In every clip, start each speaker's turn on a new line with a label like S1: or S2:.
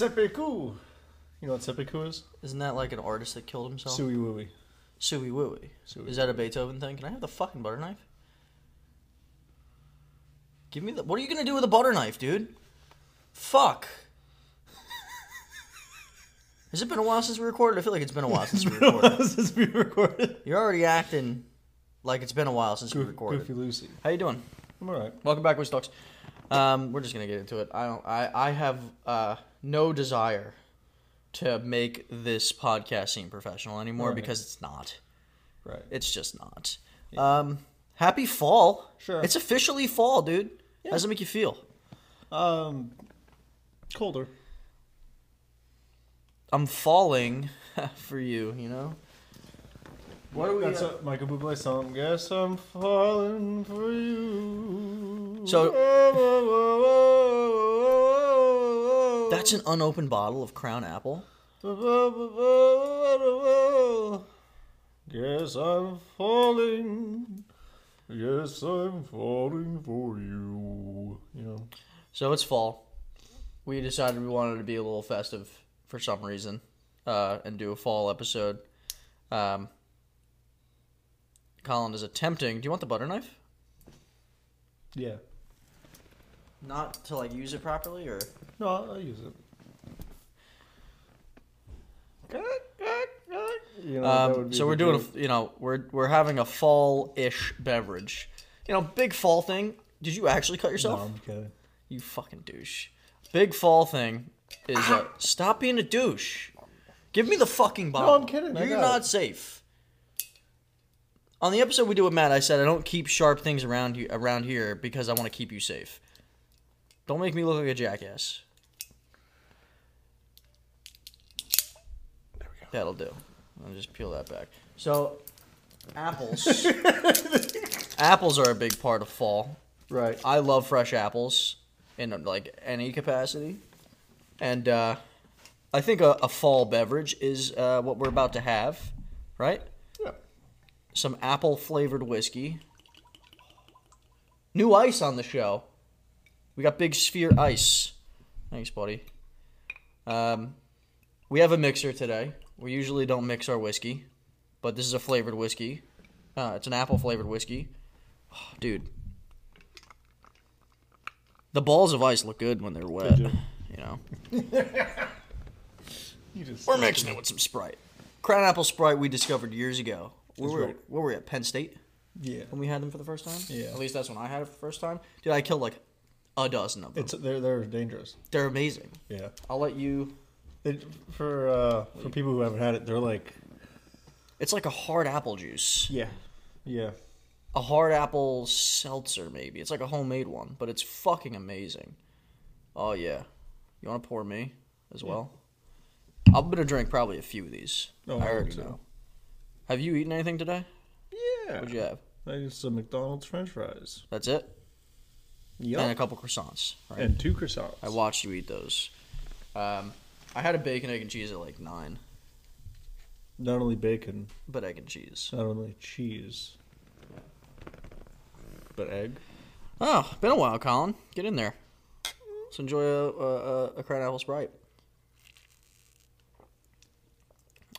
S1: Seppuku. You know what seppuku is?
S2: Isn't that like an artist that killed himself?
S1: Sui wui.
S2: Suey Wooey.
S1: Suey
S2: Is that a Beethoven thing? Can I have the fucking butter knife? Give me the. What are you gonna do with a butter knife, dude? Fuck. Has it been a while since we recorded? I feel like it's been a while since we recorded.
S1: Since we recorded.
S2: You're already acting like it's been a while since we recorded.
S1: Goofy Lucy.
S2: How you doing?
S1: I'm alright.
S2: Welcome back, Wish Talks. Um, we're just gonna get into it. I don't. I I have uh, no desire to make this podcast seem professional anymore
S1: Right.
S2: because it's not.
S1: Right.
S2: It's just not. Um, happy fall.
S1: Sure.
S2: It's officially fall, dude. How does it make you feel?
S1: Um, colder.
S2: I'm falling for you. You know. What are we?
S1: That's
S2: uh,
S1: a Michael Bublé song. Guess I'm falling for you.
S2: So-
S1: So.
S2: that's an unopened bottle of Crown Apple.
S1: Yes, I'm falling. Yes, I'm falling for you. You know,
S2: So it's fall. We decided we wanted to be a little festive for some reason, uh, and do a fall episode. Um, Colin is attempting. Do you want the butter knife?
S1: yeah.
S2: Not to like use it properly, or
S1: No, I'll, I'll use it. You know, that would
S2: Um,
S1: be
S2: so
S1: the
S2: we're doing,
S1: joke.
S2: a, you know, we're we're having a fall-ish beverage. You know, big fall thing. Did you actually cut
S1: No,
S2: yourself?
S1: I'm kidding.
S2: You fucking douche. Big fall thing is uh, stop being a douche. Give me the fucking bottle.
S1: I'm kidding. I
S2: You're
S1: got
S2: not
S1: it.
S2: safe. On the episode we do with Matt, I said I don't keep sharp things around you around here because I want to keep you safe. Don't make me look like a jackass.
S1: There we go.
S2: That'll do. I'll just peel that back. So, apples. apples are a big part of fall.
S1: Right.
S2: I love fresh apples in like any capacity, and uh, I think a, a fall beverage is uh, what we're about to have, right?
S1: Yeah.
S2: Some apple flavored whiskey. New ice on the show. We got Big Sphere Ice. Thanks, buddy. Um, we have a mixer today. We usually don't mix our whiskey, but this is a flavored whiskey. Uh, it's an apple flavored whiskey. Oh, dude, the balls of ice look good when they're wet.
S1: do.
S2: You know,
S1: You just.
S2: we're mixing it with some Sprite. Crown Apple Sprite we discovered years ago. We
S1: That's
S2: were,
S1: right.
S2: Where were we at? Penn State
S1: Yeah.
S2: when we had them for the first time.
S1: Yeah.
S2: At least that's when I had it for the first time. Dude, I killed like a dozen of them.
S1: It's they're they're dangerous.
S2: They're amazing.
S1: Yeah.
S2: I'll let you.
S1: They, for uh, for people who haven't had it, they're like.
S2: It's like a hard apple juice.
S1: Yeah. Yeah.
S2: a hard apple seltzer maybe. It's like a homemade one, but it's fucking amazing. Oh yeah. You want to pour me as well? I'm gonna drink probably a few of these.
S1: No,
S2: I
S1: I
S2: already
S1: think so.
S2: know. Have you eaten anything today?
S1: Yeah.
S2: What'd you have?
S1: I used some McDonald's French fries.
S2: That's it,
S1: Yup.
S2: and a couple croissants. Right.
S1: And two croissants.
S2: I watched you eat those. Um, I had a bacon, egg, and cheese at like nine,
S1: not only bacon,
S2: but egg and cheese.
S1: not only cheese, but egg.
S2: Oh, been a while, Colin. Get in there. Let's enjoy a, a, a- a crown apple sprite.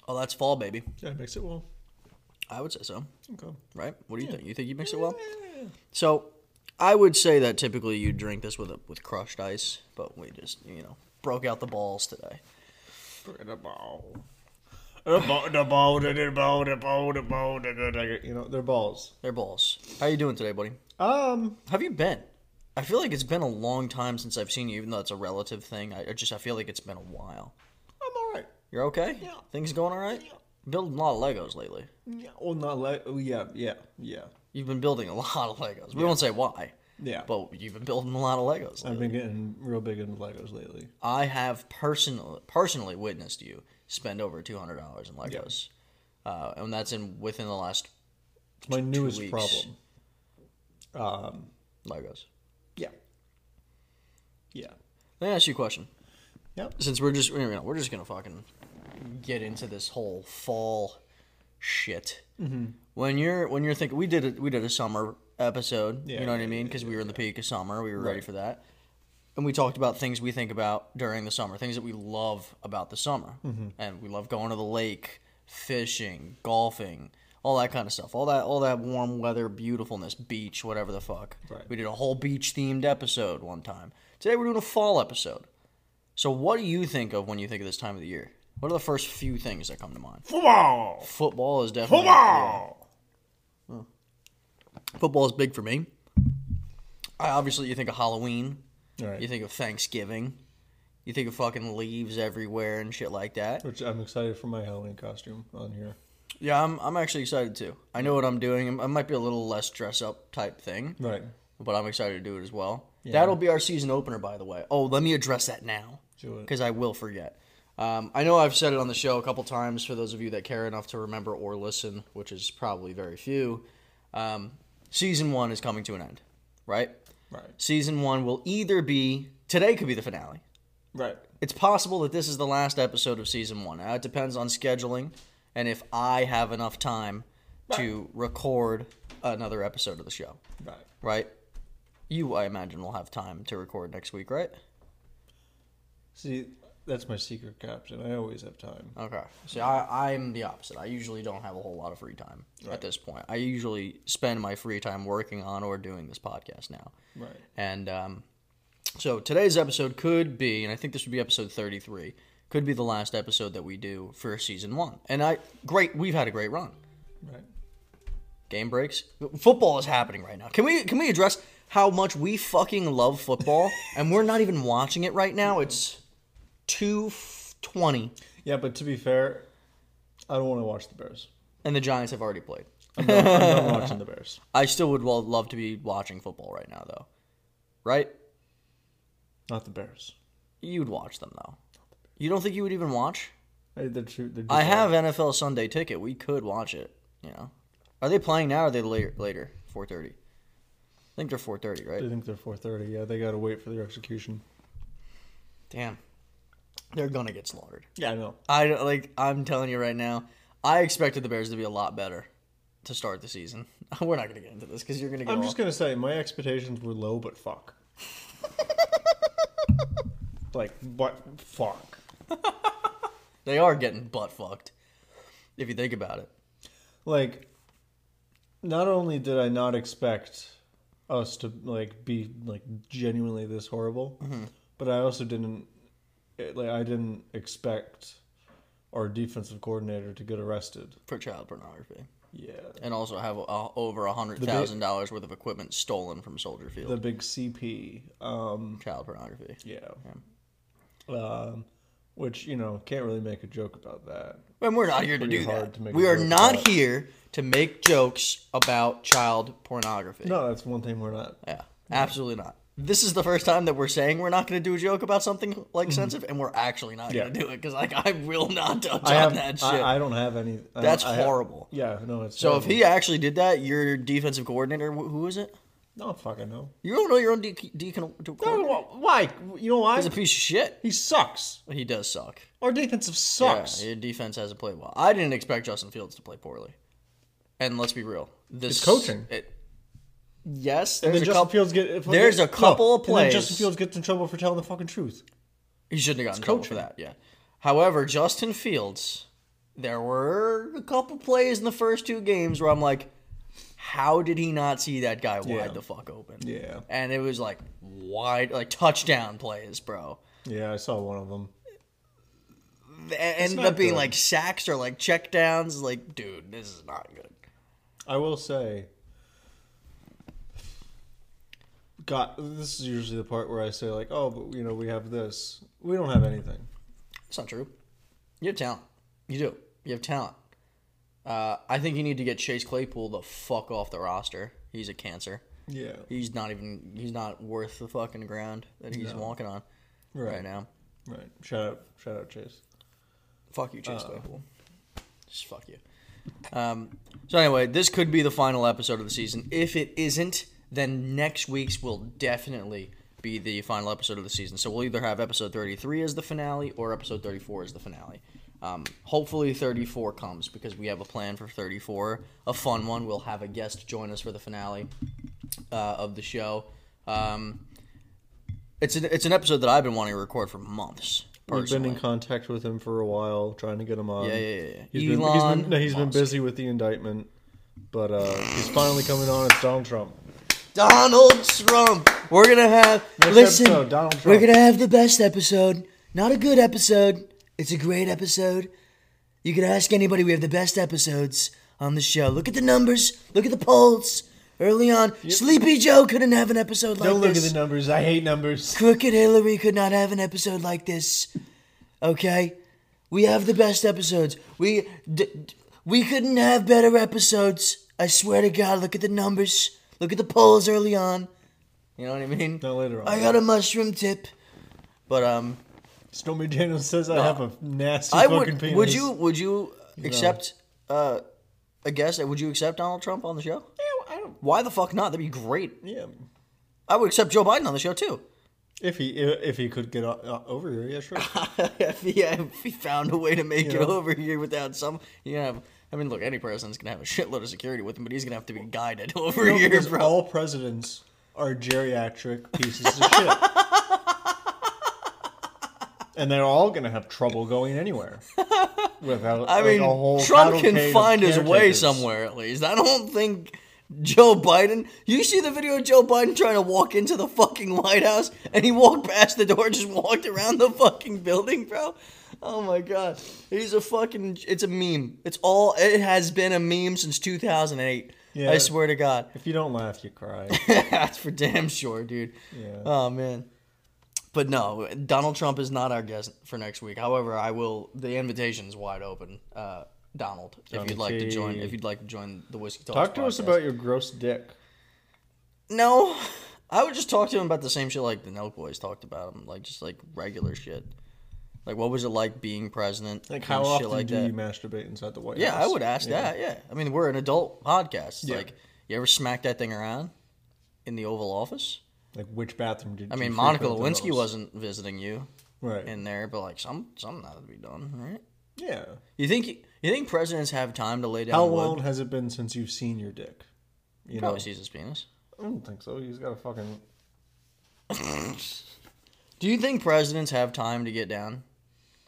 S2: Oh, that's fall, baby.
S1: Yeah, mix it well.
S2: I would say so,
S1: Okay.
S2: right? What do you think? You think you mix it well? So, I would say that typically you drink this with a, with crushed ice, but we just you know broke out the balls today.
S1: The ball. The ball, the ball, the ball, the ball, the ball, the good, the good. You know, they're balls.
S2: They're balls. How you doing today, buddy?
S1: Um,
S2: How have you been? I feel like it's been a long time since I've seen you, even though it's a relative thing. I, I just I feel like it's been a while.
S1: I'm all right.
S2: You're okay?
S1: Yeah.
S2: Things going all right?
S1: Yeah.
S2: Building a lot of Legos lately.
S1: Yeah, well, not like, oh, yeah, yeah, yeah,
S2: You've been building a lot of Legos. We won't say why,
S1: yeah.
S2: but you've been building a lot of Legos.
S1: I've been getting real big into Legos lately.
S2: I have personally personally witnessed you spend over two hundred dollars in Legos, uh, and that's in within the last
S1: It's my newest
S2: weeks.
S1: problem.
S2: Legos.
S1: Yeah. Yeah.
S2: Let me ask you a question.
S1: Yep.
S2: Since we're just you know, we're just gonna fucking get into this whole fall shit.
S1: Mm-hmm.
S2: When you're when you're thinking, we did a, we did a summer episode.
S1: Yeah,
S2: you know what I
S1: yeah,
S2: mean? Because we were in the peak of summer, we were ready
S1: Right.
S2: for that. and we talked about things we think about during the summer, things that we love about the summer.
S1: Mm-hmm.
S2: And we love going to the lake, fishing, golfing, all that kind of stuff. All that all that warm weather, beautifulness, beach, whatever the fuck.
S1: Right.
S2: We did a whole beach themed episode one time. Today we're doing a fall episode. So what do you think of when you think of this time of the year? What are the first few things that come to mind?
S1: Football.
S2: Football is definitely
S1: Football.
S2: yeah. Football is big for me. I obviously you think of Halloween,
S1: All right.
S2: You think of Thanksgiving. You think of fucking leaves everywhere and shit like that.
S1: Which I'm excited for my Halloween costume on here.
S2: Yeah, I'm, I'm actually excited too. I know what I'm doing. I'm- I might be a little less dress up type thing,
S1: Right.
S2: but I'm excited to do it as well.
S1: Yeah.
S2: That'll be our season opener, by the way. Oh, let me address that now
S1: Do it.
S2: because I will forget. Um, I know I've said it on the show a couple times for those of you that care enough to remember or listen, which is probably very few. Um, season one is coming to an end, right?
S1: Right.
S2: Season one will either be today, could be the finale.
S1: Right.
S2: it's possible that this is the last episode of season one. Now, it depends on scheduling and if I have enough time to record another episode of the show,
S1: Right.
S2: right? You, I imagine, will have time to record next week, right?
S1: See, that's my secret captain. I always have time.
S2: Okay. See, I, I'm the opposite. I usually don't have a whole lot of free time at
S1: Right.
S2: this point. I usually spend my free time working on or doing this podcast now.
S1: Right.
S2: And um, so today's episode could be, and I think this would be episode 33, could be the last episode that we do for season one. And I, great, we've had a great run.
S1: Right.
S2: Game breaks. Football is happening right now. Can we can we address how much we fucking love football and we're not even watching it right now? It's two twenty,
S1: Yeah, but to be fair, I don't want to watch the Bears.
S2: and the Giants have already played.
S1: I'm not, I'm not watching the Bears.
S2: I still would lo- love to be watching football right now, though. Right?
S1: Not the Bears.
S2: You'd watch them though. You don't think you would even watch?
S1: I, they're true, they're
S2: I
S1: just-
S2: have NFL Sunday ticket. We could watch it. You know, are they playing now? or Are they later? Later, four thirty. I think they're four thirty,
S1: I
S2: right?
S1: think they're 4:30. Yeah, they gotta wait for their execution.
S2: Damn, they're gonna get slaughtered.
S1: Yeah, I know.
S2: I don't- like. I'm telling you right now. I expected the Bears to be a lot better to start the season. We're not gonna get into this because you're gonna get.
S1: I'm
S2: all-
S1: just gonna say my expectations were low, but fuck. like what? Fuck.
S2: They are getting butt fucked. If you think about it,
S1: Like, not only did I not expect us to like be like genuinely this horrible,
S2: Mm-hmm.
S1: but I also didn't it, like I didn't expect our defensive coordinator to get arrested.
S2: for child pornography,
S1: Yeah.
S2: and also have uh, over a hundred thousand dollars worth of equipment stolen from Soldier Field,
S1: The big CP. Um,
S2: child pornography.
S1: Yeah. Um, which you know can't really make a joke about that.
S2: And we're not here to
S1: pretty
S2: do
S1: hard
S2: that.
S1: to make
S2: we
S1: a
S2: are
S1: joke
S2: not
S1: about.
S2: here to make jokes about child pornography.
S1: No, that's one thing we're not.
S2: Yeah, absolutely not. This is the first time that we're saying we're not going to do a joke about something like sensitive, and we're actually not going
S1: Mm-hmm.
S2: to
S1: Yeah.
S2: do it because like I will not touch
S1: I
S2: on
S1: have.
S2: that shit.
S1: I, I don't have any. I-
S2: That's
S1: I have-
S2: horrible.
S1: yeah. No, it's.
S2: so if
S1: terrible.
S2: he actually did that, your defensive coordinator, wh- who is it?
S1: No, fuck, I know.
S2: You don't know your own de- deacon. De- coordinator?
S1: Why? You know why?
S2: He's a piece of shit.
S1: He sucks.
S2: He does suck.
S1: Our defensive sucks.
S2: Yeah, your defense hasn't played well. I didn't expect Justin Fields to play poorly. And let's be real, this
S1: It's coaching.
S2: It, yes,
S1: And then
S2: there's a
S1: Justin
S2: couple.
S1: Fields get. if-
S2: there's a
S1: no,
S2: couple of
S1: And then
S2: plays.
S1: Justin Fields gets in trouble for telling the fucking truth.
S2: He shouldn't have gotten in trouble for
S1: coaching.
S2: that. Yeah. However, Justin Fields, there were a couple plays in the first two games where I'm like, how did he not see that guy wide
S1: Yeah.
S2: the fuck open?
S1: Yeah.
S2: And it was like wide, like touchdown plays, bro.
S1: Yeah, I saw one of them.
S2: Th- ended
S1: not
S2: up being
S1: good.
S2: like sacks or like checkdowns. Like, dude, this is not good.
S1: I will say, God, this is usually the part where I say like, oh, but you know, we have this. We don't have anything.
S2: It's not true. You have talent. You do. You have talent. Uh, I think you need to get Chase Claypool the fuck off the roster. He's a cancer.
S1: Yeah,
S2: He's not even. He's not worth the fucking ground that he's walking on right.
S1: Right.
S2: now.
S1: right. Shout out, shout out, Chase.
S2: Fuck you,
S1: Uh.
S2: Chase Claypool. Just fuck you. Um, so anyway, this could be the final episode of the season. If it isn't, then next week's will definitely be the final episode of the season. So we'll either have episode 33 as the finale or episode 34 as the finale. Um, hopefully 34 comes because we have a plan for 34, a fun one. We'll have a guest join us for the finale uh, of the show. Um, It's an it's an episode that I've been wanting to record for months.
S1: We've been in
S2: personally.
S1: contact with him for a while, trying to get him on.
S2: yeah, yeah, yeah, yeah.
S1: He's been- he's
S2: Elon
S1: been, no, he's been
S2: Musk.
S1: busy with the indictment, but uh, he's finally coming on. It's Donald Trump.
S2: Donald Trump. We're gonna have
S1: Next
S2: listen.
S1: episode, Donald Trump.
S2: We're gonna have the best episode. Not a good episode. It's a great episode. You can ask anybody. We have the best episodes on the show. Look at the numbers. Look at the polls. Early on, Sleepy Joe couldn't have an episode like
S1: Don't look
S2: this.
S1: at the numbers. I hate numbers.
S2: Crooked Hillary could not have an episode like this. Okay, we have the best episodes. We d- d- we couldn't have better episodes. I swear to God. Look at the numbers. Look at the polls early on. You know what I mean?
S1: No, later on.
S2: I got a mushroom tip, but um,
S1: Stormy Daniels says I have a nasty
S2: I
S1: fucking
S2: would.
S1: penis.
S2: Would you? Would you accept uh, a guest? Would you accept Donald Trump on the show?
S1: Yeah, I don't.
S2: Why the fuck not? That'd be great.
S1: Yeah.
S2: I would accept Joe Biden on the show too.
S1: If he if he could get o- uh, over here, yeah, sure.
S2: if, he, uh, if he found a way to make
S1: Yeah.
S2: it over here without some, you know, I mean, look, any person's gonna have a shitload of security with him, but he's gonna have to be guided over
S1: No,
S2: here,
S1: because
S2: bro.
S1: all presidents are geriatric pieces of shit. And they're all going to have trouble going anywhere. Without,
S2: I
S1: like,
S2: mean,
S1: a whole
S2: Trump can
S1: cavalcade of
S2: find his way
S1: caretakers.
S2: somewhere at least. I don't think Joe Biden. You see the video of Joe Biden trying to walk into the fucking White House, and he walked past the door, just walked around the fucking building, bro. Oh my god, he's a fucking. It's a meme. It's all. It has been a meme since 2008.
S1: Yeah.
S2: I swear to God.
S1: If you don't laugh, you cry.
S2: That's for damn sure, dude.
S1: Yeah.
S2: Oh man. But no, Donald Trump is not our guest for next week. However, I will. The invitation's wide open. Uh, Donald, if
S1: Johnny
S2: you'd like to
S1: T.
S2: join, if you'd like to join the whiskey talk.
S1: Talk to us about your gross dick.
S2: No, I would just talk to him about the same shit like the Nelk boys talked about him, like just like regular shit. Like, what was it like being president?
S1: Like,
S2: and
S1: how
S2: shit
S1: often
S2: like
S1: do
S2: that.
S1: you masturbate inside the White
S2: Yeah,
S1: House?
S2: I would ask that. Yeah, I mean, we're an adult podcast. It's
S1: Yeah.
S2: Like, you ever smack that thing around in the Oval Office?
S1: Like, which bathroom did
S2: I
S1: you
S2: mean, Monica
S1: frequent the
S2: Lewinsky
S1: most?
S2: wasn't visiting you
S1: Right.
S2: in there, but like some something had to be done, right?
S1: yeah.
S2: You think you think presidents have time to lay down
S1: How
S2: wood?
S1: long has it been since you've seen your dick? You know,
S2: Probably sees his penis.
S1: I don't think so. He's got a fucking.
S2: Do you think presidents have time to get down?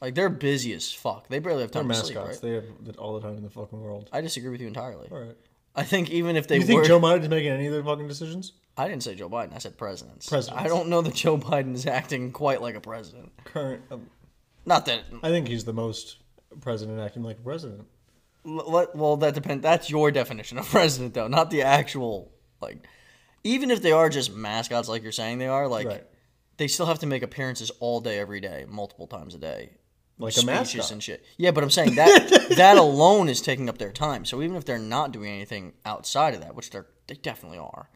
S2: Like they're busy as fuck. They barely have
S1: They're
S2: time to sleep,
S1: mascots.
S2: right?
S1: They have that all the time in the fucking world.
S2: I disagree with you entirely.
S1: All right.
S2: I think even if they
S1: You think
S2: were,
S1: Joe Biden's making any of their fucking decisions?
S2: I didn't say Joe Biden. I said presidents.
S1: Presidents.
S2: I don't know that Joe Biden is acting quite like a president.
S1: Current, um,
S2: Not that.
S1: I think he's the most president acting like a president.
S2: l- let- Well, that depends. That's your definition of president, though, not the actual like. Even if they are just mascots, like you're saying they are, like
S1: Right.
S2: they still have to make appearances all day, every day, multiple times a day.
S1: Like a
S2: speeches
S1: mascot.
S2: and shit. Yeah, but I'm saying that that alone is taking up their time. So even if they're not doing anything outside of that, which they're they definitely are,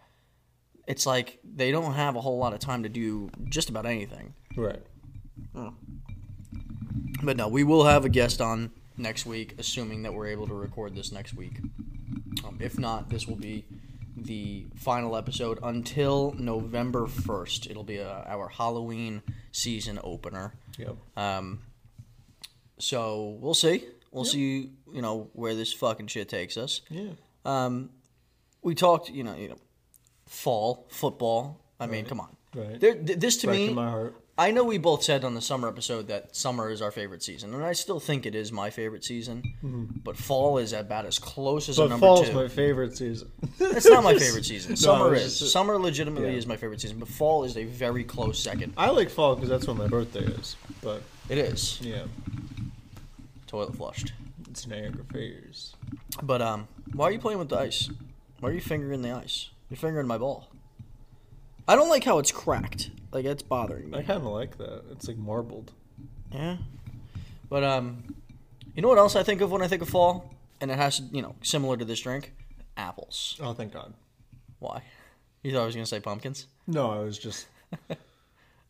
S2: it's like they don't have a whole lot of time to do just about anything.
S1: right.
S2: But no, we will have a guest on next week, assuming that we're able to record this next week. Um, if not, this will be the final episode until November first. It'll be uh our Halloween season opener.
S1: Yep.
S2: Um, so we'll see. We'll see. You know where this fucking shit takes us.
S1: yeah.
S2: Um, we talked. You know, you know, fall football. I mean, come on.
S1: Right.
S2: There, th- this to
S1: Back
S2: me,
S1: to my heart.
S2: I know we both said on the summer episode that summer is our favorite season, and I still think it is my favorite season. But fall is about as close as a
S1: Mm-hmm. But
S2: number
S1: fall's
S2: two.
S1: my favorite season.
S2: It's not my favorite season. summer
S1: it's
S2: is
S1: just-
S2: summer legitimately
S1: yeah.
S2: is my favorite season, but fall is a very close second.
S1: I like fall because that's when my birthday is. But
S2: It is
S1: yeah,
S2: toilet flushed.
S1: it's Niagara Falls.
S2: But um, why are you playing with the ice? Why are you fingering the ice? You're fingering my ball. I don't like how it's cracked. Like it's bothering
S1: I
S2: me.
S1: kind of like that. It's like marbled.
S2: Yeah. But um, you know what else I think of when I think of fall, and it has you know similar to this drink, apples.
S1: Oh, thank God.
S2: Why? You thought I was gonna say pumpkins?
S1: No, I was just.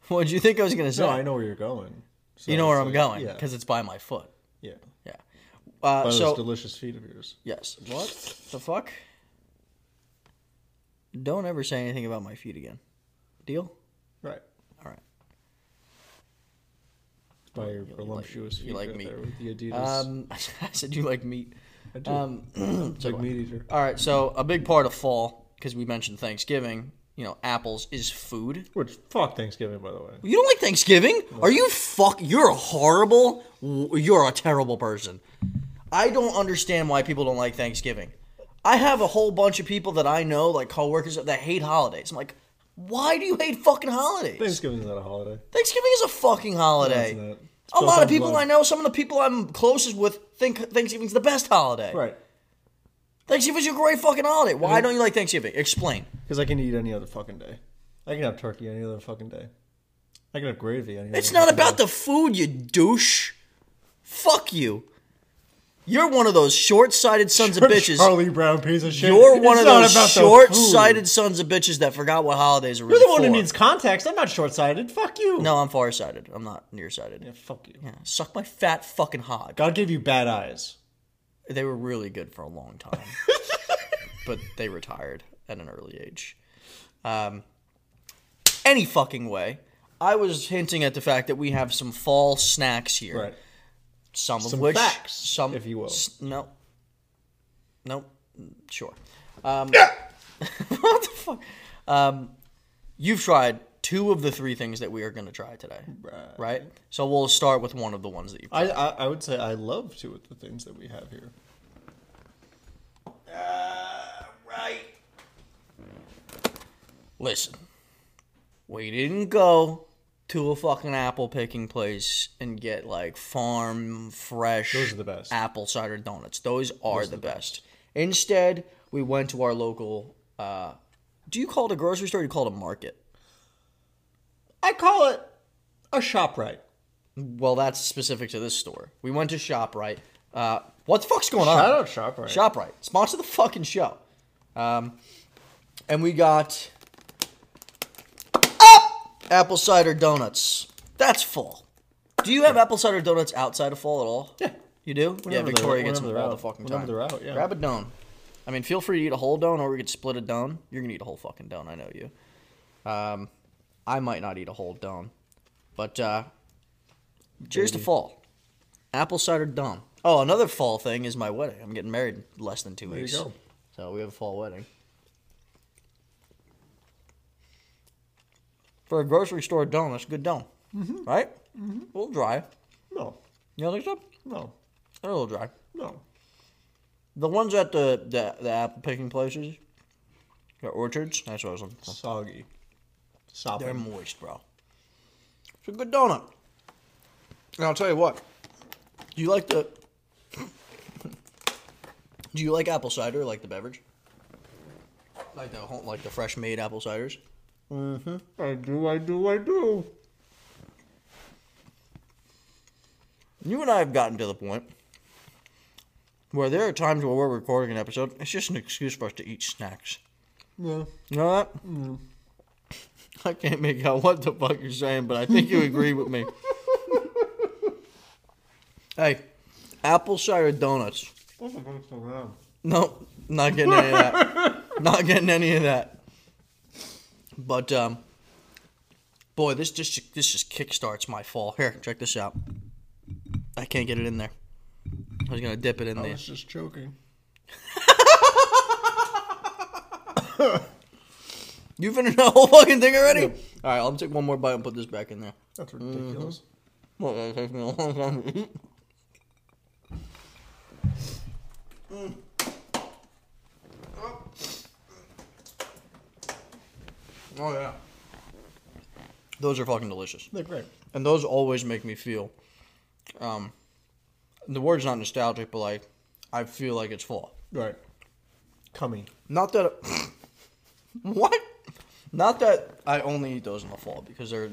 S2: What did you think I was gonna say?
S1: No, I know where you're going. So
S2: You know where
S1: it's
S2: I'm
S1: like-
S2: going
S1: Yeah.
S2: because it's by my foot.
S1: yeah.
S2: Yeah. Uh,
S1: By
S2: so
S1: those delicious feet of yours.
S2: yes. What the fuck? Don't ever say anything about my feet again. Deal?
S1: Right.
S2: All right.
S1: By your
S2: like-
S1: voluptuous
S2: you
S1: feet
S2: like
S1: right
S2: meat.
S1: there with the Adidas.
S2: Um, I said you like meat.
S1: I do.
S2: Um,
S1: It's like meat eater.
S2: all right, so a big part of fall because we mentioned Thanksgiving you know, apples is food.
S1: Which fuck Thanksgiving, by the way.
S2: You don't like Thanksgiving? Are you fuck? You're a horrible. You're a terrible person. I don't understand why people don't like Thanksgiving. I have a whole bunch of people that I know, like coworkers, that hate holidays. I'm like, why do you hate fucking holidays?
S1: Thanksgiving's not a holiday.
S2: Thanksgiving is a fucking holiday.
S1: No, it's not. It's
S2: a lot of
S1: fucking
S2: people
S1: love.
S2: I know, some of the people I'm closest with, think Thanksgiving's the best holiday.
S1: Right.
S2: Thanksgiving's a great fucking holiday. Why don't you like Thanksgiving? Explain.
S1: Because I can eat any other fucking day. I can have turkey any other fucking day. I can have gravy any
S2: It's
S1: other
S2: not
S1: fucking
S2: about the food, you douche. Fuck you. You're one of those short-sighted sons of
S1: day.
S2: bitches.
S1: Charlie Brown piece of shit.
S2: You're
S1: It's
S2: one of
S1: not
S2: those
S1: about the
S2: short-sighted
S1: food.
S2: sons of bitches that forgot what holidays are
S1: You're
S2: really
S1: the one who
S2: for.
S1: needs context. I'm not short sighted. Fuck you.
S2: No, I'm far-sighted. I'm not nearsighted.
S1: Yeah, fuck you.
S2: Yeah, Suck my fat fucking hog.
S1: God gave you bad eyes.
S2: They were really good for a long time, but they retired at an early age. Um, any fucking way. I was hinting at the fact that we have some fall snacks here.
S1: Right.
S2: Some of
S1: Some
S2: which,
S1: facts,
S2: some
S1: if you will.
S2: s- no, no, Mm, sure. Um, what the fuck? Um, you've tried two of the three things that we are going to try today, right. So we'll start with one of the ones that you.
S1: I, I I would say I love two of the things that we have here. Uh,
S2: right. Listen, we didn't go to a fucking apple picking place and get like farm fresh
S1: Those are the best.
S2: apple cider donuts. Those are the, best. Instead, we went to our local. Uh, do you call it a grocery store? or Do you call it a market?
S1: I call it a shop right.
S2: Well, that's specific to this store. We went to Shoprite. Uh, what the fuck's going on?
S1: Shout out shop right.
S2: ShopRite. Sponsor the fucking show. Um, and we got up apple cider donuts. That's fall. Do you have apple cider donuts outside of fall at all?
S1: Yeah.
S2: You do? yeah,
S1: Whenever
S2: Victoria
S1: they're-
S2: gets
S1: whenever
S2: them
S1: they're
S2: all the
S1: out.
S2: fucking
S1: Whenever
S2: time.
S1: they're out, yeah.
S2: Grab a don. I mean, feel free to eat a whole don, or we could split a don. You're gonna eat a whole fucking don. I know you. Um, I might not eat a whole don, but uh, cheers to fall. Apple cider don. Oh, another fall thing is my wedding. I'm getting married in less than two
S1: you
S2: weeks,
S1: go.
S2: so we have a fall wedding. For a grocery store don, that's a good don, right? A little dry.
S1: No,
S2: You don't think so?
S1: no,
S2: They're a little dry.
S1: no.
S2: The ones at the the, the apple picking places, the orchards. That's what I was looking for.
S1: Soggy.
S2: They're
S1: Sopping.
S2: moist, bro. It's a good donut. And I'll tell you what. Do you like the? Do you like apple cider, like the beverage? Like the home, like the fresh made apple ciders.
S1: I do, I do, I do.
S2: You and I have gotten to the point where there are times where we're recording an episode. It's just an excuse for us to eat snacks.
S1: Yeah.
S2: You know that? I can't make out what the fuck you're saying, but I think you agree with me. hey, apple cider donuts.
S1: What's the best around?
S2: Nope, not getting any of that. not getting any of that. But um, boy, this just this just kickstarts my fall. Here, check this out. I can't get it in there. I was gonna dip it in
S1: I
S2: there.
S1: was just joking.
S2: You finished the whole fucking thing already? All right, I'll take one more bite and put this back in there.
S1: That's ridiculous.
S2: Well, that takes me a long time to eat. Oh yeah. Those are fucking delicious.
S1: They're great.
S2: And those always make me feel um the word's not nostalgic, but like I feel like it's fall.
S1: Right. Cummy.
S2: Not that What? Not that I only eat those in the fall because they're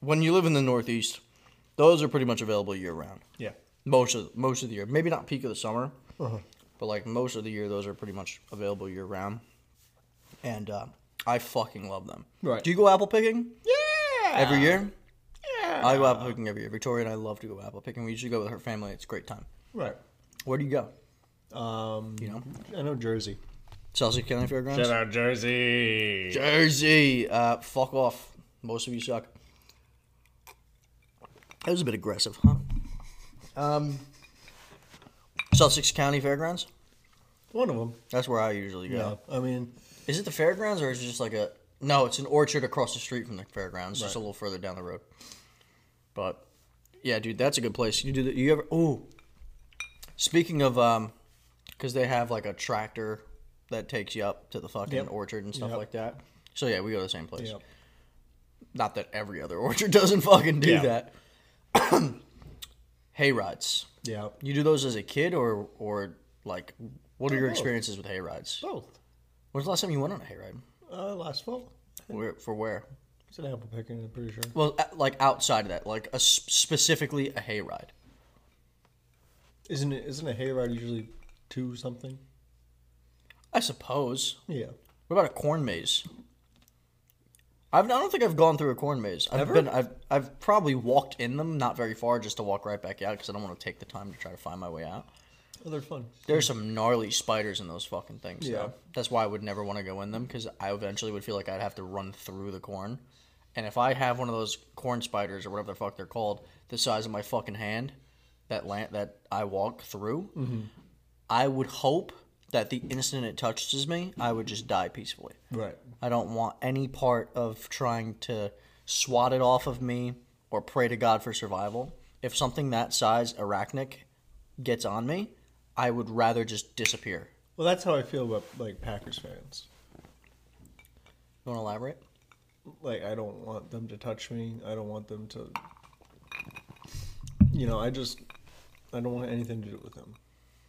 S2: when you live in the northeast, those are pretty much available year round
S1: Yeah.
S2: most of most of the year. Maybe not peak of the summer,
S1: Uh-huh.
S2: but like most of the year, those are pretty much available year round. And uh, I fucking love them.
S1: Right.
S2: Do you go apple picking
S1: Yeah.
S2: every year?
S1: Yeah.
S2: I go apple picking every year. Victoria and I love to go apple picking. We usually go with her family. It's a great time.
S1: Right.
S2: Where do you go?
S1: Um,
S2: You know,
S1: I know Jersey.
S2: Celsius County Fairgrounds.
S1: out Jersey.
S2: Jersey. Uh, fuck off. Most of you suck. That was a bit aggressive, huh? Um, Sussex County Fairgrounds.
S1: One of them.
S2: That's where I usually go.
S1: Yeah. I mean,
S2: Is it the fairgrounds or is it just like a? No, it's an orchard across the street from the fairgrounds, just a little further down the road. But yeah, dude, that's a good place. You do the, you ever? Oh, speaking of um, because they have like a tractor that takes you up to the fucking
S1: Yep.
S2: orchard and stuff
S1: Yep.
S2: like that. So yeah, we go to the same place.
S1: Yep.
S2: Not that every other orchard doesn't fucking do
S1: Yeah.
S2: that. hay rides.
S1: Yeah.
S2: You do those as a kid or or like what
S1: Uh,
S2: are your experiences with hay rides?
S1: Both.
S2: When's the last time you went on a hayride?
S1: Uh, last fall.
S2: Where for where?
S1: It's an apple picking, I'm pretty sure.
S2: Well, a- like outside of that, like a, s- specifically a hayride.
S1: Isn't it, isn't a hayride usually two something?
S2: I suppose.
S1: Yeah.
S2: What about a corn maze? I've, I don't think I've gone through a corn maze. I've
S1: Ever?
S2: been I've I've probably walked in them, not very far, just to walk right back out because I don't want to take the time to try to find my way out.
S1: Oh, they're fun.
S2: There's some gnarly spiders in those fucking things. Yeah.
S1: Yeah.
S2: That's why I would never want to go in them because I eventually would feel like I'd have to run through the corn. And if I have one of those corn spiders or whatever the fuck they're called, the size of my fucking hand, that land that I walk through, I would hope that the instant it touches me, I would just die peacefully.
S1: Right.
S2: I don't want any part of trying to swat it off of me or pray to God for survival. If something that size, arachnic, gets on me, I would rather just disappear.
S1: Well, that's how I feel about like Packers fans.
S2: You want to elaborate?
S1: Like I don't want them to touch me. I don't want them to. You know, I just I don't want anything to do with them.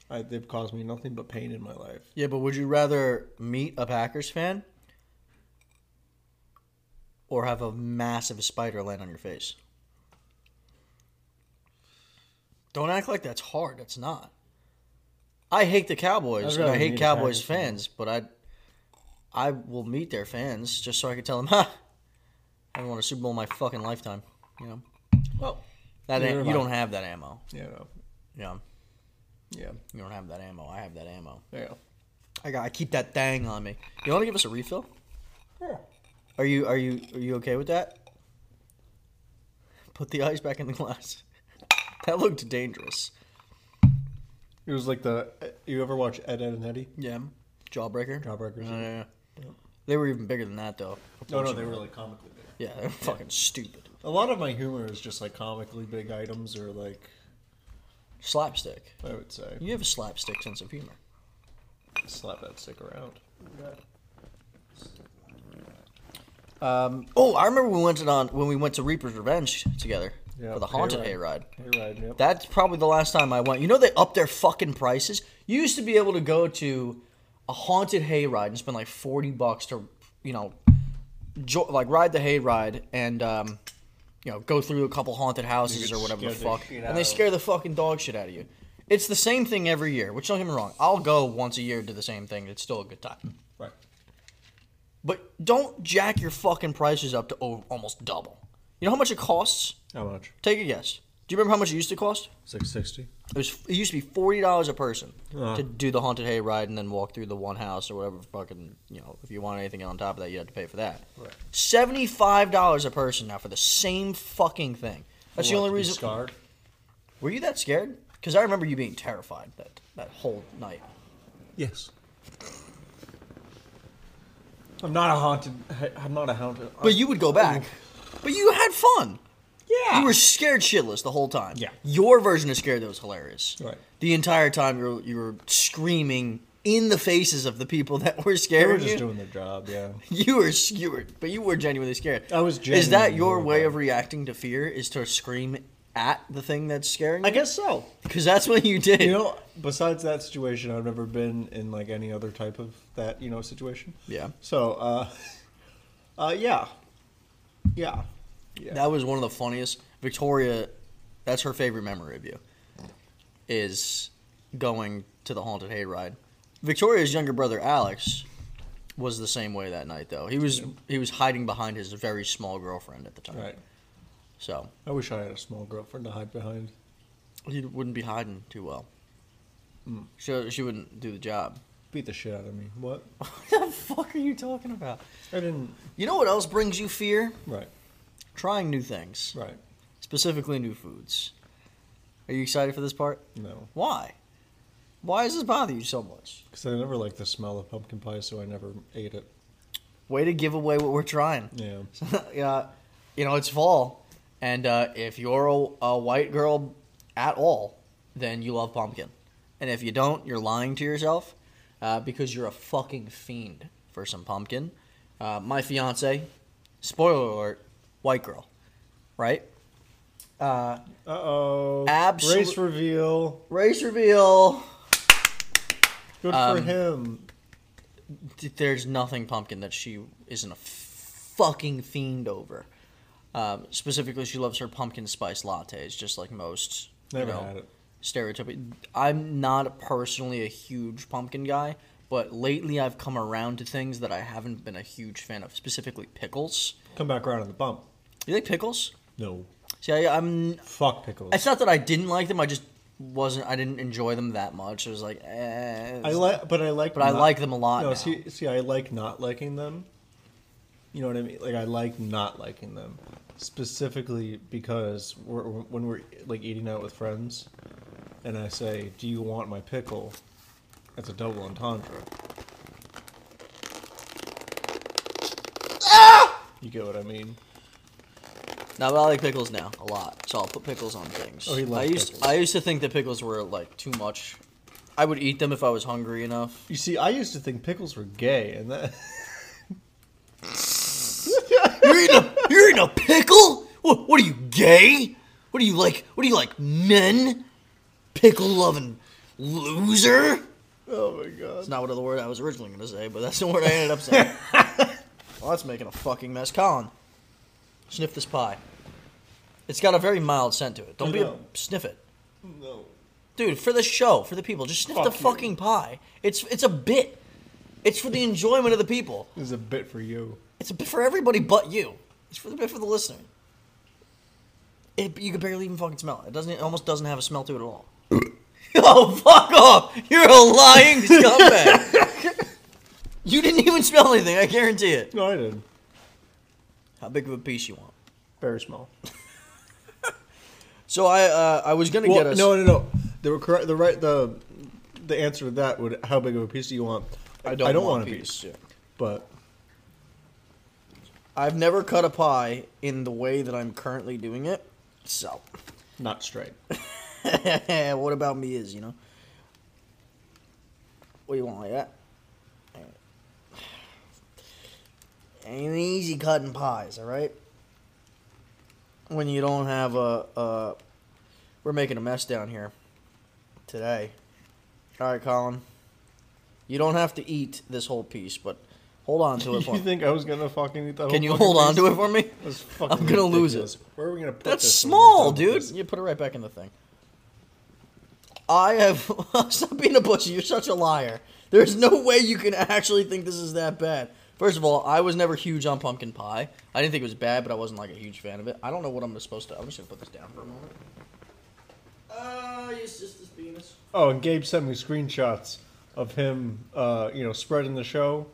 S1: I, they've caused me nothing but pain in my life.
S2: Yeah, but would you rather meet a Packers fan or have a massive spider land on your face? Don't act like that's hard. It's not. I hate the Cowboys
S1: I'd
S2: and I
S1: rather
S2: hate
S1: meet a
S2: Cowboys
S1: Packers fan.
S2: fans, but I I will meet their fans just so I can tell them, ha, I won a Super Bowl in my fucking lifetime. You know
S1: Well,
S2: that
S1: Neither
S2: am-
S1: have
S2: you
S1: I.
S2: don't have that ammo.
S1: you know,
S2: Yeah,
S1: yeah,
S2: you don't have that ammo. I have that ammo.
S1: yeah,
S2: I got. I keep that thing on me. You want to give us a refill?
S1: yeah.
S2: Are you are you are you okay with that? Put the ice back in the glass. That looked dangerous.
S1: It was like the you ever watch Ed, Ed and Eddie?
S2: Yeah. Jawbreaker.
S1: Jawbreakers,
S2: Oh, Yeah, yeah, yeah.
S1: Yep.
S2: They were even bigger than that though.
S1: No, no, they were like comically big.
S2: Yeah, they were fucking stupid.
S1: A lot of my humor is just like comically big items, or like
S2: Slapstick.
S1: I would say,
S2: You have a slapstick sense of humor.
S1: slap that stick around.
S2: Um, oh, I remember we went it on when we went to Reaper's Revenge together
S1: Yeah,
S2: for the haunted
S1: hayride.
S2: hayride.
S1: Hey, ride, yep.
S2: That's probably the last time I went. You know they upped their fucking prices. You used to be able to go to a haunted hayride and spend like forty bucks to, you know, jo- like ride the hayride and um, you know go through a couple haunted houses
S1: They
S2: or whatever the
S1: scare the
S2: fuck,
S1: shit
S2: and
S1: out
S2: they
S1: of
S2: scare the fucking dog shit out of you. It's the same thing every year. Which don't get me wrong, I'll go once a year to the same thing. It's still a good time.
S1: right.
S2: But don't jack your fucking prices up to o- almost double. You know how much it costs?
S1: How much?
S2: Take a guess. Do you remember how much it used to cost?
S1: Six sixty.
S2: It was it used to be forty dollars a person
S1: Uh.
S2: to do the haunted hay ride and then walk through the one house or whatever fucking you know if you want anything on top of that you had to pay for that.
S1: Right.
S2: Seventy five dollars a person now for the same fucking thing. That's the
S1: What,
S2: only
S1: to be
S2: reason.
S1: Scarred.
S2: Were you that scared? Because I remember you being terrified that that whole night.
S1: Yes. I'm not a haunted. I'm not a haunted.
S2: But you would go back. But you had fun.
S1: Yeah.
S2: You were scared shitless the whole time.
S1: Yeah.
S2: Your version of scared that was hilarious.
S1: Right.
S2: The entire time you were, you were screaming in the faces of the people that were
S1: They
S2: scared.
S1: were just doing their job. Yeah.
S2: You were skewered, but you were genuinely scared.
S1: I was
S2: Is that
S1: genuinely
S2: your way
S1: horrified.
S2: of reacting to fear? Is to scream at the thing that's scaring
S1: I
S2: you?
S1: guess so.
S2: Because that's what you did.
S1: You know, besides that situation, I've never been in like any other type of that you know situation.
S2: Yeah.
S1: So, uh, uh, yeah, yeah, yeah.
S2: That was one of the funniest. Victoria, that's her favorite memory of you, is going to the haunted hayride. Victoria's younger brother Alex was the same way that night, though. He was he was hiding behind his very small girlfriend at the time.
S1: right.
S2: So
S1: I wish I had a small girlfriend to hide behind.
S2: he wouldn't be hiding too well.
S1: Hmm.
S2: She, she wouldn't do the job.
S1: Beat the shit out of me. What?
S2: What the fuck are you talking about?
S1: I didn't.
S2: You know what else brings you fear?
S1: Right.
S2: Trying new things,
S1: Right.
S2: specifically new foods. Are you excited for this part?
S1: No.
S2: Why? Why does this bother you so much?
S1: Because I never liked the smell of pumpkin pie, so I never ate it.
S2: Way to give away what we're trying.
S1: Yeah.
S2: yeah, you know it's fall, and uh, if you're a, a white girl at all, then you love pumpkin, and if you don't, you're lying to yourself uh, because you're a fucking fiend for some pumpkin. Uh, my fiance, spoiler alert, white girl, right? Uh,
S1: Uh oh.
S2: Absolute-
S1: Race reveal.
S2: race reveal.
S1: Good for
S2: Um,
S1: him.
S2: Th- there's nothing pumpkin that she isn't a fucking fiend over. Um, specifically, she loves her pumpkin spice lattes, just like most. you
S1: Never
S2: know,
S1: had it.
S2: Stereotypical. I'm not personally a huge pumpkin guy, but lately I've come around to things that I haven't been a huge fan of, specifically pickles.
S1: Come back around on the bump.
S2: You like pickles?
S1: No.
S2: See, I, I'm.
S1: Fuck pickles.
S2: It's not that I didn't like them. I just wasn't. I didn't enjoy them that much. It was like, eh.
S1: I like, but I like.
S2: But I like them a lot
S1: No,
S2: now.
S1: see, see, I like not liking them. You know what I mean? Like I like not liking them, specifically because we're, when we're like eating out with friends, and I say, "Do you want my pickle?" That's a double entendre.
S2: Ah!
S1: You get what I mean?
S2: No, but I like pickles now a lot, so I'll put pickles on things.
S1: Oh, he
S2: I
S1: loves
S2: used
S1: pickles.
S2: I used to think that pickles were like too much. I would eat them if I was hungry enough.
S1: You see, I used to think pickles were gay, and that
S2: You're eating a you're eating a pickle? What, what are you gay? What are you like? What are you like men? Pickle loving loser.
S1: oh my god.
S2: That's not what the word I was originally gonna say, but that's the word I ended up saying. well, that's making a fucking mess. Colin, sniff this pie. It's got a very mild scent to it. Don't
S1: I
S2: be a
S1: know.
S2: sniff it.
S1: No.
S2: Dude, for the show, for the people, just sniff
S1: Fuck
S2: the
S1: you.
S2: fucking pie. It's it's a bit. It's for the enjoyment of the people.
S1: This is a bit for you.
S2: It's a bit for everybody but you. It's for the bit for the listener. It, you can barely even fucking smell it. It doesn't. It almost doesn't have a smell to it at all. oh fuck off! You're a lying scumbag. you didn't even smell anything. I guarantee it.
S1: No, I did.
S2: How big of a piece you want?
S1: Very small.
S2: So I uh, I was gonna
S1: Well,
S2: get us.
S1: no, no, no. The correct, the right, the the answer to that would how big of a piece do you want?
S2: Yeah.
S1: but
S2: I've never cut a pie in the way that I'm currently doing it. So,
S1: not straight.
S2: what about me is, you know? What do you want like that? Ain't easy cutting pies, all right? When you don't have a, a. We're making a mess down here today. All right, Colin. You don't have to eat this whole piece, but hold on to
S1: you
S2: it for me.
S1: think I was gonna fucking eat that?
S2: Can you hold on to it for me?
S1: fucking
S2: I'm gonna lose
S1: ridiculous. Where are we gonna put
S2: That's
S1: this when we're
S2: small,
S1: done with
S2: dude.
S1: this?
S2: You put it right back in the thing. I have stop being a butcher. You're such a liar. There's no way you can actually think this is that bad. First of all, I was never huge on pumpkin pie. I didn't think it was bad, but I wasn't like a huge fan of it. I don't know what I'm supposed to. I'm just gonna put this down for a moment. Uh, it's just this penis.
S1: Oh, and Gabe sent me screenshots of him, uh, you know, spreading the show.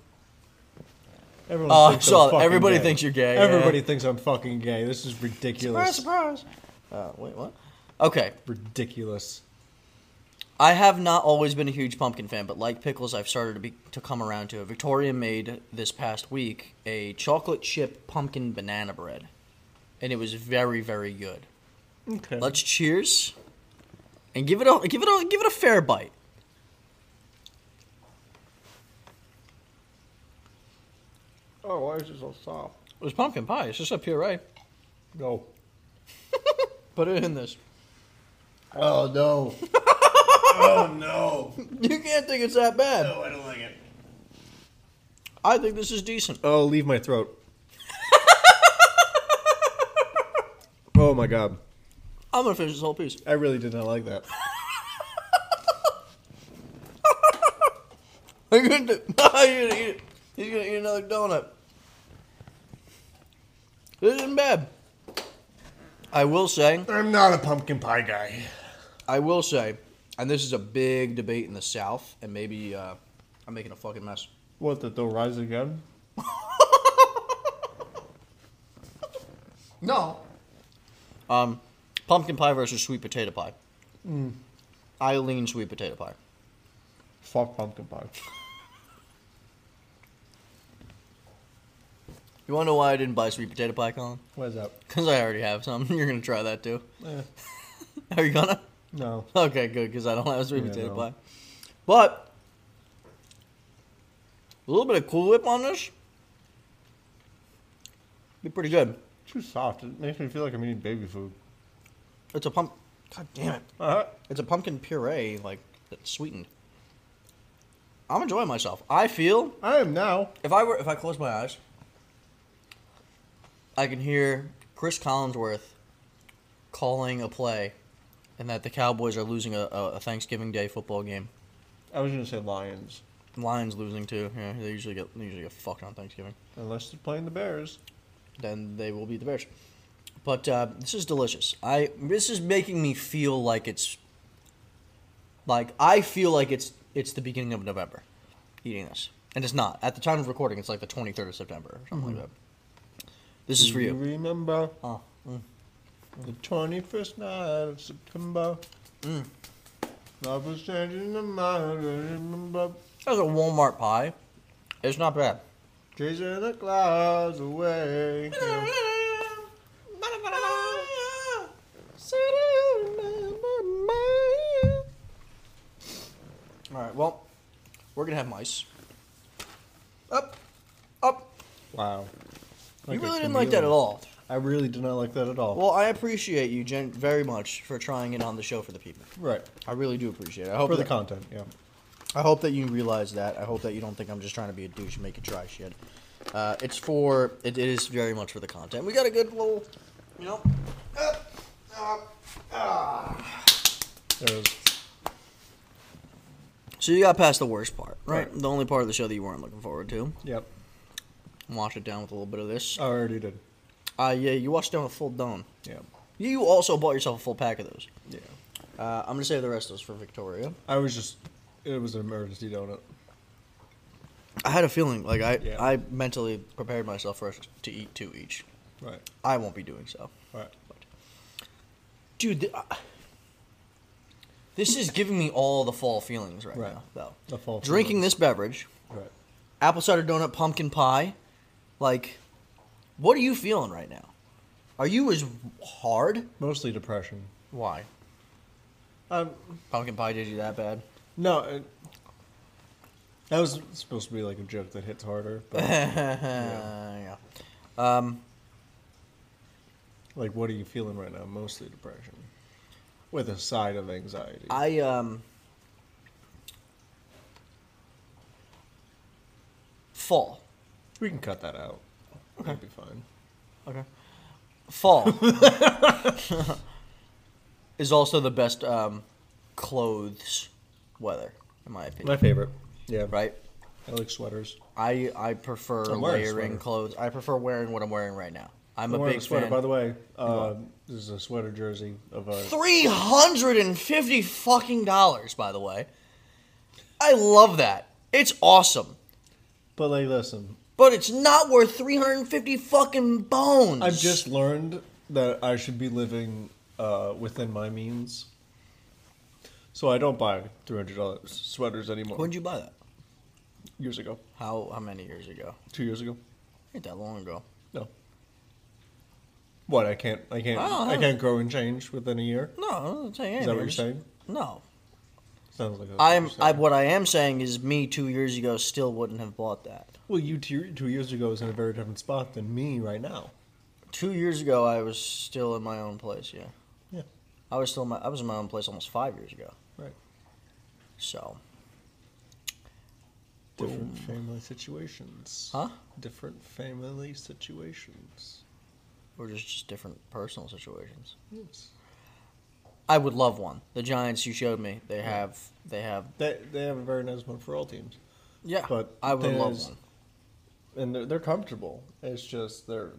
S1: Everyone
S2: Oh, I
S1: thinks
S2: saw
S1: I'm
S2: that.
S1: fucking
S2: Everybody
S1: gay.
S2: thinks you're gay,
S1: Everybody
S2: yeah.
S1: thinks I'm fucking gay. This is ridiculous.
S2: surprise. Uh, wait, what? Okay,
S1: Ridiculous.
S2: I have not always been a huge pumpkin fan, but like pickles, I've started to be to come around to it. Victoria made this past week a chocolate chip pumpkin banana bread, and it was very very good.
S1: Okay.
S2: Let's cheers, and give it a give it a give it a fair bite.
S1: oh, why is it so soft?
S2: It was pumpkin pie. It's just a puree.
S1: No.
S2: Put it in this.
S1: Oh no. oh no.
S2: You can't think it's that bad.
S1: I don't like it.
S2: I think this is decent.
S1: Oh, leave my throat. oh my god.
S2: I'm gonna finish this whole piece.
S1: I really did not like that.
S2: I'm gonna, do- You're gonna eat it. He's gonna eat another donut. This isn't bad. I will say,
S1: I'm not a pumpkin pie guy.
S2: I will say, and this is a big debate in the South, and maybe uh, I'm making a fucking mess.
S1: What, that they'll rise again?
S2: No. Um, pumpkin pie versus sweet potato pie. I lean sweet potato pie.
S1: Fuck pumpkin pie.
S2: You want to know why I didn't buy sweet potato pie, Colin?
S1: What is that?
S2: Because I already have some. You're going to try that too.
S1: Eh,
S2: Are you going to?
S1: no.
S2: Okay, good, because I don't have sweet
S1: Yeah,
S2: potato
S1: no.
S2: pie. But, a little bit of Cool Whip on this. Be pretty good.
S1: Too soft. It makes me feel like I'm eating baby food.
S2: It's a pump. God damn it.
S1: Uh-huh.
S2: It's a pumpkin puree, like, that's sweetened. I'm enjoying myself. I feel
S1: I am now.
S2: If I were, if I close my eyes, I can hear Chris Collinsworth calling a play, and that the Cowboys are losing a, a a Thanksgiving Day football game.
S1: I was gonna say lions,
S2: Lions losing too. Yeah, they usually get they usually get fucked on Thanksgiving.
S1: unless they're playing the Bears.
S2: Then they will beat the Bears. But uh, this is delicious. I this is making me feel like it's like I feel like it's it's the beginning of November, eating this, and it's not. At the time of recording, it's like the twenty third of September or something like that. This is for you.
S1: Remember
S2: Oh, mm.
S1: the twenty first night of September.
S2: Mm.
S1: Love was changing the mind. Remember,
S2: That's a Walmart pie. It's not bad.
S1: chasing the clouds away.
S2: All right, well, we're gonna have mice. Up, up.
S1: Wow.
S2: You
S1: Like a
S2: really didn't like that at
S1: chameleon.
S2: all.
S1: I really did not like that at all.
S2: Well, I appreciate you, Jen, very much for trying it on the show for the people.
S1: right.
S2: I really do appreciate it. I hope
S1: For the
S2: that-
S1: content, yeah.
S2: I hope that you realize that. I hope that you don't think I'm just trying to be a douche and make it dry shit. Uh, it's for it, it is very much for the content. We got a good little, you know. ah, ah, ah.
S1: There was
S2: So you got past the worst part, right?
S1: Right.
S2: The only part of the show that you weren't looking forward to.
S1: yep.
S2: Wash it down with a little bit of this.
S1: I already did.
S2: Uh, yeah, you washed down a full dome.
S1: Yeah.
S2: You also bought yourself a full pack of those.
S1: Yeah.
S2: Uh, I'm gonna save the rest of those for Victoria.
S1: I was just it was an emergency donut.
S2: I had a feeling like I
S1: Yeah.
S2: I mentally prepared myself for us to eat two each.
S1: Right.
S2: I won't be doing so.
S1: Right.
S2: dude. Th- uh, this is giving me all the fall feelings right,
S1: Right.
S2: now, though.
S1: The fall
S2: Drinking
S1: feelings.
S2: this beverage,
S1: Right.
S2: apple cider donut, pumpkin pie, like, what are you feeling right now? Are you as hard?
S1: Mostly depression.
S2: Why?
S1: Um
S2: Pumpkin pie did you that bad?
S1: no it, that was supposed to be like a joke that hits harder, but
S2: Uh, yeah. Um,
S1: like what are you feeling right now? Mostly depression. With a side of anxiety.
S2: I um. Fall.
S1: we can cut that out. That'd be fine.
S2: Okay. Fall is also the best um, clothes weather, in my
S1: My
S2: opinion.
S1: favorite. Yeah.
S2: Right?
S1: I like sweaters.
S2: I I prefer
S1: I'm wearing a
S2: layering
S1: sweater.
S2: clothes. I prefer wearing what I'm wearing right now. I'm,
S1: I'm
S2: a
S1: wearing
S2: big
S1: a sweater,
S2: fan.
S1: by the way. Uh, this is a sweater jersey of a
S2: Three hundred and fifty fucking dollars, by the way. I love that. It's awesome,
S1: But like, listen,
S2: but it's not worth three hundred and fifty fucking bones.
S1: I've just learned that I should be living uh, within my means, so I don't buy three hundred dollars sweaters anymore.
S2: When'd you buy that?
S1: years ago,
S2: How how many years ago?
S1: two years ago,
S2: Ain't that long ago.
S1: no. What I can't, I can't,
S2: Oh,
S1: I
S2: huh.
S1: can't grow and change within a year.
S2: No, it's
S1: Is that what you're saying?
S2: No,
S1: Sounds like that's what
S2: I'm.
S1: you're
S2: I,
S1: saying.
S2: what I am saying is, me two years ago still wouldn't have bought that.
S1: Well, you two, two years ago is in a very different spot than me right now.
S2: Two years ago, I was still in my own place. Yeah,
S1: Yeah,
S2: I was still. In my, I was in my own place almost five years ago.
S1: right.
S2: So
S1: Different family situations.
S2: Huh?
S1: Different family situations.
S2: we're just just different personal situations.
S1: Yes.
S2: I would love one. The Giants you showed me, they have. They have.
S1: They, they have a very nice one for all teams.
S2: Yeah,
S1: But
S2: I would love
S1: there's-
S2: one.
S1: and they're, they're comfortable. It's just they're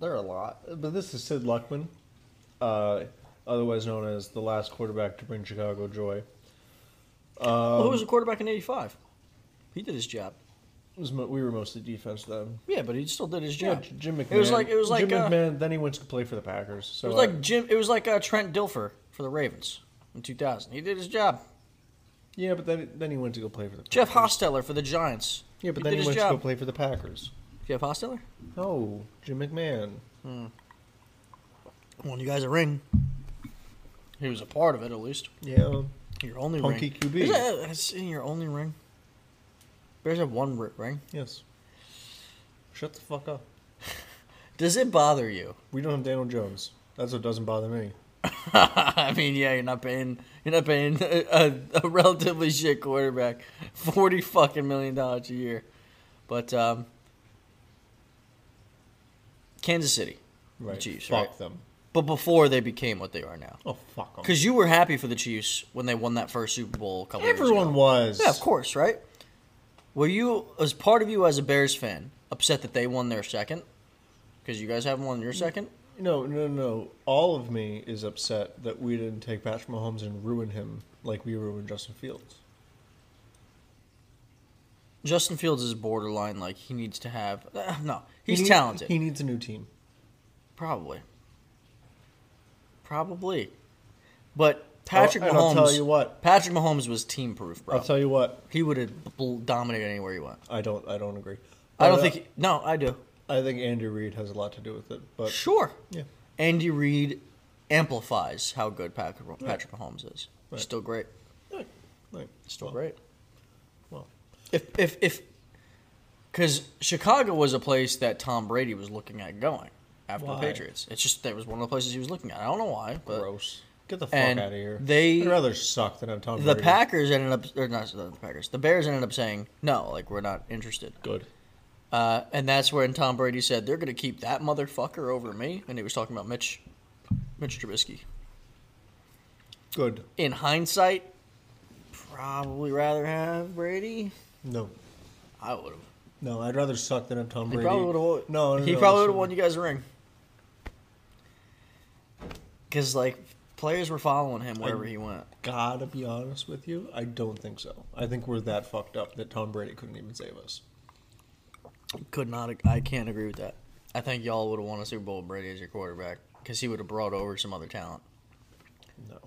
S1: they're a lot. But this is Sid Luckman, uh, otherwise known as the last quarterback to bring Chicago joy. Um,
S2: well, who was the quarterback in '85? He did his job.
S1: It was mo- we were mostly defense then.
S2: Yeah, but he still did his
S1: Yeah,
S2: job.
S1: J- Jim McMahon.
S2: It was like it was like
S1: Jim
S2: uh,
S1: McMahon. Then he went to play for the Packers. So uh,
S2: It uh, was like Jim. It was like uh, Trent Dilfer for the Ravens in 2000. He did his job.
S1: Yeah, but then then he went to go play for the
S2: Jeff
S1: Packers.
S2: Hosteller for the Giants.
S1: Yeah, but
S2: He
S1: then
S2: did
S1: he
S2: his
S1: went to go
S2: job.
S1: play for the Packers.
S2: Jeff Hosteller?
S1: No, Jim McMahon.
S2: Won you guys a ring. He was a part of it, at least.
S1: Yeah,
S2: Your only
S1: Punky
S2: ring.
S1: QB.
S2: Is that- that's in your only ring? Bears have one ri- ring.
S1: yes. Shut the fuck up.
S2: Does it bother you?
S1: We don't have Daniel Jones. That's what doesn't bother me.
S2: I mean, yeah, you're not paying. You're not paying a, a, a relatively shit quarterback forty fucking million dollars a year, but um, Kansas City.
S1: Right.
S2: Chiefs,
S1: fuck
S2: right.
S1: them.
S2: But before they became what they are now,
S1: Oh fuck 'em.
S2: because you were happy for the Chiefs when they won that first Super Bowl. A couple years ago.
S1: Everyone was.
S2: Yeah, of course, right? Were you, as part of you as a Bears fan, upset that they won their second? Because you guys haven't won
S1: Mm.
S2: your second?
S1: No, no, no. All of me is upset that we didn't take Patrick Mahomes and ruin him like we ruined Justin Fields.
S2: Justin Fields is borderline, like, he needs to have. Uh, no, he's
S1: He need-
S2: talented.
S1: He needs a new team.
S2: probably. Probably. But Patrick
S1: Oh, and
S2: Mahomes.
S1: I'll tell you what.
S2: Patrick Mahomes was team proof, bro.
S1: I'll tell you what.
S2: he would have bl- dominated anywhere he went.
S1: I don't. I don't agree.
S2: I don't
S1: But, uh,
S2: think. He, no, I do.
S1: I think Andy Reid has a lot to do with it. But
S2: Sure.
S1: yeah,
S2: Andy Reid amplifies how good Patrick, Patrick Mahomes is.
S1: Right.
S2: Still great.
S1: Right, right.
S2: Still
S1: Well,
S2: great.
S1: Well,
S2: If if if because Chicago was a place that Tom Brady was looking at going after
S1: Why?
S2: the Patriots. It's just that was one of the places he was looking at. I don't know why, but
S1: gross. Get the fuck
S2: and
S1: out of here.
S2: they-
S1: I'd rather suck than have Tom
S2: the
S1: Brady.
S2: Packers ended up or not the Packers. The Bears ended up saying no, like we're not interested.
S1: Good.
S2: Uh, and that's when Tom Brady said they're going to keep that motherfucker over me, and he was talking about Mitch Mitch Trubisky.
S1: Good.
S2: In hindsight, probably rather have Brady.
S1: No.
S2: I would have.
S1: No, I'd rather suck than have Tom
S2: He
S1: Brady.
S2: probably would have.
S1: No, no,
S2: he
S1: no,
S2: probably would
S1: listen.
S2: have won you guys a ring. Because like players were following him wherever he went.
S1: Gotta be honest with you, I don't think so. I think we're that fucked up that Tom Brady couldn't even save us.
S2: Could not. I can't agree with that. I think y'all would have won a Super Bowl with Brady as your quarterback because he would have brought over some other talent.
S1: No,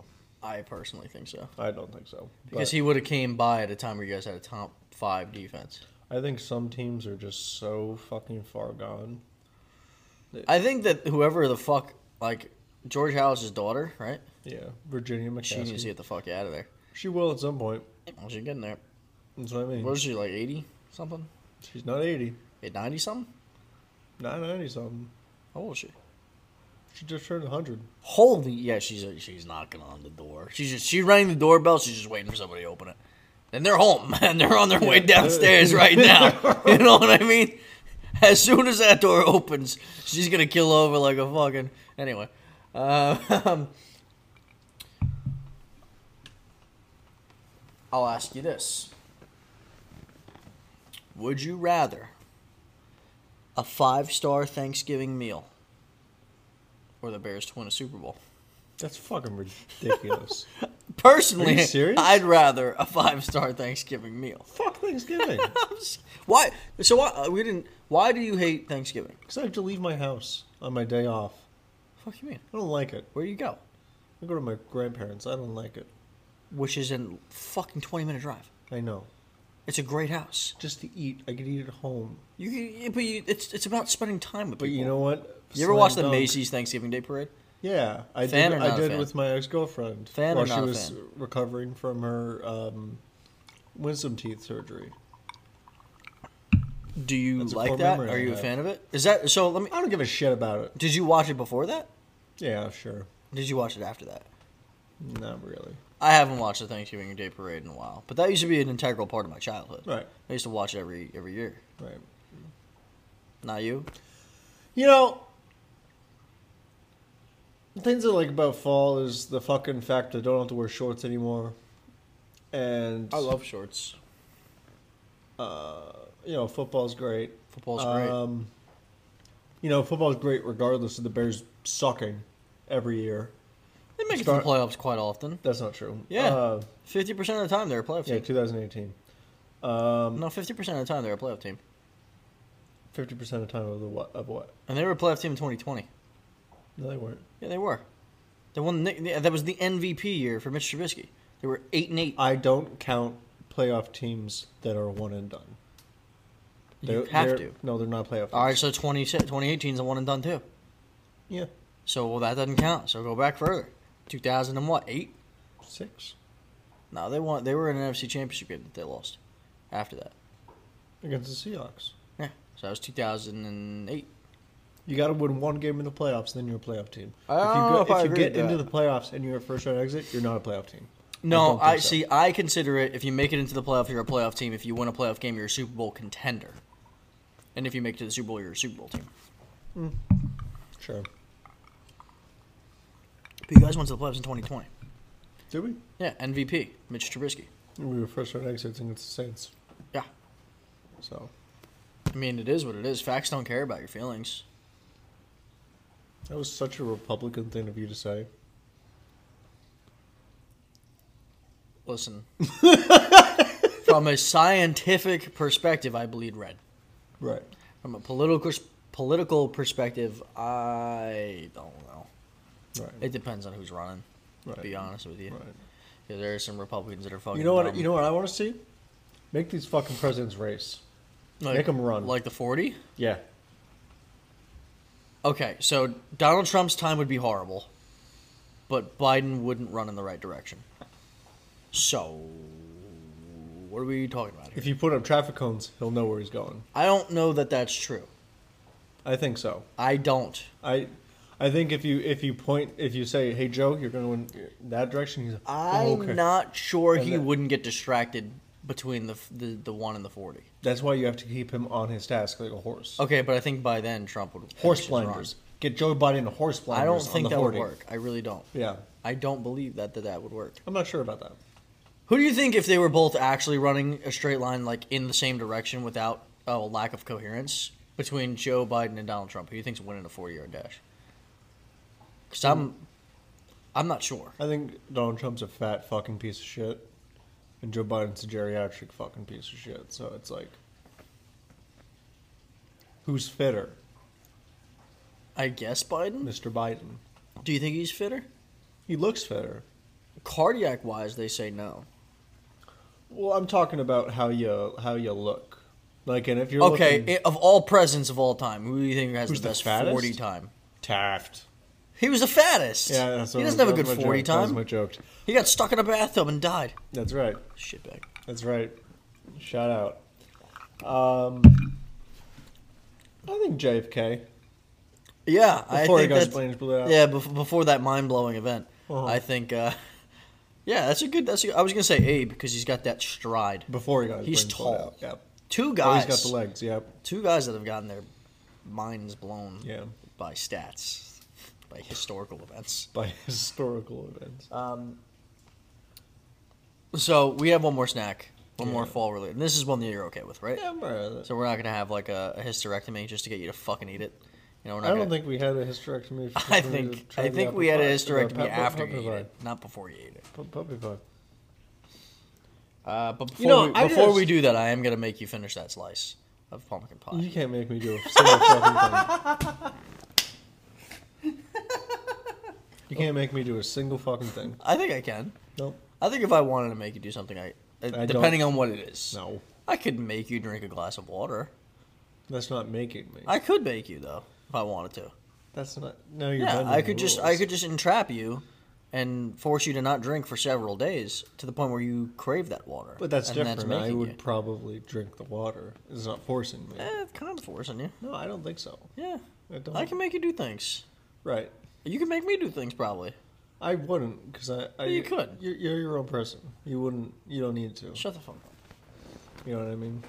S2: I personally think so
S1: I don't think so. But
S2: because he would have came by at a time where you guys had a top five defense.
S1: I think some teams are just so fucking far gone.
S2: I think that whoever the fuck like George Hallis' daughter, right?
S1: Yeah, Virginia
S2: She needs to
S1: McCaskey.
S2: get the fuck out of there.
S1: She will at some point.
S2: Well, she getting there.
S1: That's what I mean.
S2: What is she like eighty something?
S1: She's not 80,
S2: Eight ninety something?
S1: not 90 something.
S2: How old is she?
S1: She just turned 100.
S2: Holy yeah, she's she's knocking on the door. She's just she rang the doorbell. She's just waiting for somebody to open it. And they're home and they're on their way
S1: Yeah.
S2: downstairs right now. you know what I mean? As soon as that door opens, she's gonna kill over like a fucking anyway. Um, I'll ask you this: Would you rather a five-star Thanksgiving meal or the Bears to win a Super Bowl?
S1: That's fucking ridiculous. Are
S2: Personally,
S1: you serious?
S2: I'd rather a five star Thanksgiving meal.
S1: Fuck Thanksgiving.
S2: Why? So why uh, we didn't? Why do you hate Thanksgiving?
S1: Because I have to leave my house on my day off.
S2: Fuck you mean?
S1: I don't like it.
S2: Where do you go?
S1: I go to my grandparents. I don't like it.
S2: Which is in fucking twenty minute drive.
S1: I know.
S2: It's a great house.
S1: Just to eat. I could eat at home.
S2: You, you but you, it's it's about spending time with
S1: But
S2: people.
S1: you know what?
S2: You ever
S1: Slam
S2: watch the
S1: dunk.
S2: Macy's Thanksgiving Day Parade?
S1: Yeah, I
S2: Fan
S1: did.
S2: or
S1: I
S2: not a
S1: did
S2: fan?
S1: with my ex girlfriend
S2: Fan
S1: while
S2: or not
S1: she
S2: a
S1: was
S2: fan?
S1: recovering from her um, wisdom teeth surgery.
S2: Do you
S1: That's a
S2: like
S1: core
S2: that?
S1: memory
S2: Are
S1: I
S2: you a
S1: have.
S2: fan of it? Is that so? Let me.
S1: I don't give a shit about it.
S2: Did you watch it before that?
S1: Yeah, sure.
S2: Did you watch it after that?
S1: Not really.
S2: I haven't watched the Thanksgiving Day Parade in a while, but that used to be an integral part of my childhood.
S1: Right.
S2: I used to watch it every every year.
S1: Right.
S2: Not you.
S1: You know, the things I like about fall is the fucking fact I don't have to wear shorts anymore, and
S2: shorts.
S1: you know football's great.
S2: Football's great.
S1: Um, you know football's great regardless of the Bears sucking every year.
S2: They make
S1: start-
S2: it to the playoffs quite often.
S1: That's not true.
S2: Yeah,
S1: Uh,
S2: fifty percent of the time they're a playoff
S1: yeah.
S2: team.
S1: 2018. Um,
S2: No, fifty percent of the time they're a playoff team,
S1: Fifty percent of the time of the what of what?
S2: and they were a playoff team in twenty twenty.
S1: No, they weren't.
S2: Yeah, they were. They won. The, yeah, that was the MVP year for Mitch Trubisky. There They were eight and eight.
S1: I don't count playoff teams that are one and done.
S2: You
S1: They're-
S2: have
S1: they're-
S2: to.
S1: No, they're not playoff.
S2: All right,
S1: teams.
S2: so 20, 2018 is a one and done too.
S1: Yeah,
S2: So well, that doesn't count. So go back further. 2000 and what? Eight?
S1: six
S2: No, they won. They were in an NFC Championship game that they lost. After that,
S1: against the Seahawks.
S2: yeah. So that was 2008.
S1: You got to win one game in the playoffs, then you're a playoff team.
S2: I don't
S1: if you,
S2: know if I
S1: if you
S2: agree
S1: get
S2: with
S1: into
S2: that.
S1: the playoffs and you're a first round exit, you're not a playoff team. don't
S2: No,
S1: think
S2: I,
S1: so.
S2: see. I consider it if you make it into the playoff, you're a playoff team. If you win a playoff game, you're a Super Bowl contender. And if you make it to the Super Bowl, you're a Super Bowl team.
S1: Sure.
S2: But you guys went to the playoffs in 2020.
S1: Did we?
S2: Yeah, MVP Mitch Trubisky.
S1: We were first round exits against the Saints.
S2: Yeah,
S1: So
S2: I mean it is what it is. Facts don't care about your feelings.
S1: that was such a Republican thing of you to say.
S2: Listen, from a scientific perspective, I bleed red.
S1: Right.
S2: From a political political perspective, I don't know.
S1: Right.
S2: It depends on who's running. To
S1: Right.
S2: be honest with you,
S1: Right.
S2: 'Cause there are some Republicans that are fucking.
S1: You know what?
S2: dumb.
S1: You know what I want to see? Make these fucking presidents race.
S2: like,
S1: make 'em run.
S2: like the forty.
S1: Yeah.
S2: Okay, so Donald Trump's time would be horrible, but Biden wouldn't run in the right direction. So, what are we talking about here?
S1: If you put up traffic cones, he'll know where he's going.
S2: I don't know that that's true.
S1: I think so.
S2: I don't.
S1: I, I think if you if you point if you say, "Hey Joe, you're going to in that direction," he's like,
S2: I'm
S1: "Oh, okay."
S2: not sure
S1: And
S2: he
S1: that-
S2: wouldn't get distracted between the, f- the the one and the forty.
S1: That's why you have to keep him on his task like a horse.
S2: Okay, but I think by then Trump would finish
S1: Horse
S2: his run.
S1: blinders. Get Joe Biden to horse blinders.
S2: I don't
S1: on
S2: think
S1: the
S2: that
S1: 40.
S2: would work. I really don't.
S1: Yeah,
S2: I don't believe that, that that would work.
S1: I'm not sure about that.
S2: Who do you think if they were both actually running a straight line like in the same direction without uh, a lack of coherence between Joe Biden and Donald Trump? Who do you think's winning a four-yard dash? Because I'm, I'm not sure.
S1: I think Donald Trump's a fat fucking piece of shit, and Joe Biden's a geriatric fucking piece of shit. So it's like, who's fitter,
S2: I guess Biden.
S1: Mr. Biden?
S2: Do you think he's fitter?
S1: He looks fitter.
S2: Cardiac-wise, they say no.
S1: Well, I'm talking about how you how you look. Like, and if you're
S2: okay,
S1: looking,
S2: i of all presidents of all time, who do you think has
S1: Who's the
S2: the best
S1: fattest?
S2: forty time?
S1: Taft.
S2: He was the fattest.
S1: Yeah, that's what
S2: he doesn't
S1: that
S2: have a
S1: was
S2: good
S1: my
S2: forty
S1: joke. That was
S2: time.
S1: my joke.
S2: He got stuck in a bathtub and died.
S1: That's right.
S2: Shitbag.
S1: That's right. Shout out. Um, I think JFK.
S2: Yeah, I
S1: Before he
S2: think
S1: goes
S2: that's-
S1: planes blew out.
S2: Yeah, bef- before that mind blowing event,
S1: Uh-huh.
S2: I think. Uh, yeah, that's a good. That's a, I was gonna say Abe because he's got that stride.
S1: Before he got his
S2: He's
S1: brains blown
S2: tall.
S1: out. Yep.
S2: Two
S1: Oh,
S2: guys.
S1: he's got the legs. Yep.
S2: Two guys that have gotten their minds blown.
S1: Yeah.
S2: By stats, by historical events.
S1: By historical events.
S2: Um, so we have one more snack, one more
S1: Yeah.
S2: fall related. And this is one that you're okay with, right?
S1: Yeah, I'm all right with it.
S2: So we're not gonna have like a, a hysterectomy just to get you to fucking eat it. You know, we're not
S1: I don't
S2: gonna,
S1: think we had a hysterectomy. for somebody
S2: I
S1: to
S2: think
S1: try
S2: I
S1: the
S2: think
S1: apple
S2: we had a
S1: pie-
S2: hysterectomy
S1: uh, pu-
S2: after
S1: pu-
S2: you ate
S1: puppy
S2: it, not before you ate it.
S1: pie. Pu- Puppy pie.
S2: Uh, but before,
S1: You know,
S2: we,
S1: I
S2: before
S1: just-
S2: we do that, I am gonna make you finish that slice of pumpkin pie.
S1: You can't make me do a single fucking thing. You can't make me do a single fucking thing.
S2: I think I can.
S1: Nope.
S2: I think if I wanted to make you do something, I, uh,
S1: don't-
S2: depending on what it is,
S1: No.
S2: I could make you drink a glass of water.
S1: That's not making me.
S2: I could make you though if I wanted to.
S1: That's not. No, you're.
S2: yeah,
S1: bending
S2: I
S1: the
S2: could just
S1: rules.
S2: I could just entrap you and force you to not drink for several days to the point where you crave that water.
S1: But that's
S2: and
S1: different. I
S2: making
S1: would
S2: you.
S1: probably drink the water. It's not forcing me.
S2: Eh, it's kind of forcing you.
S1: No, I don't think so.
S2: Yeah,
S1: I don't.
S2: I can make you do things.
S1: Right.
S2: You can make me do things probably.
S1: I wouldn't because I, I.
S2: you could.
S1: You're, you're your own person. You wouldn't. You don't need to.
S2: Shut the fuck up.
S1: You know what I mean?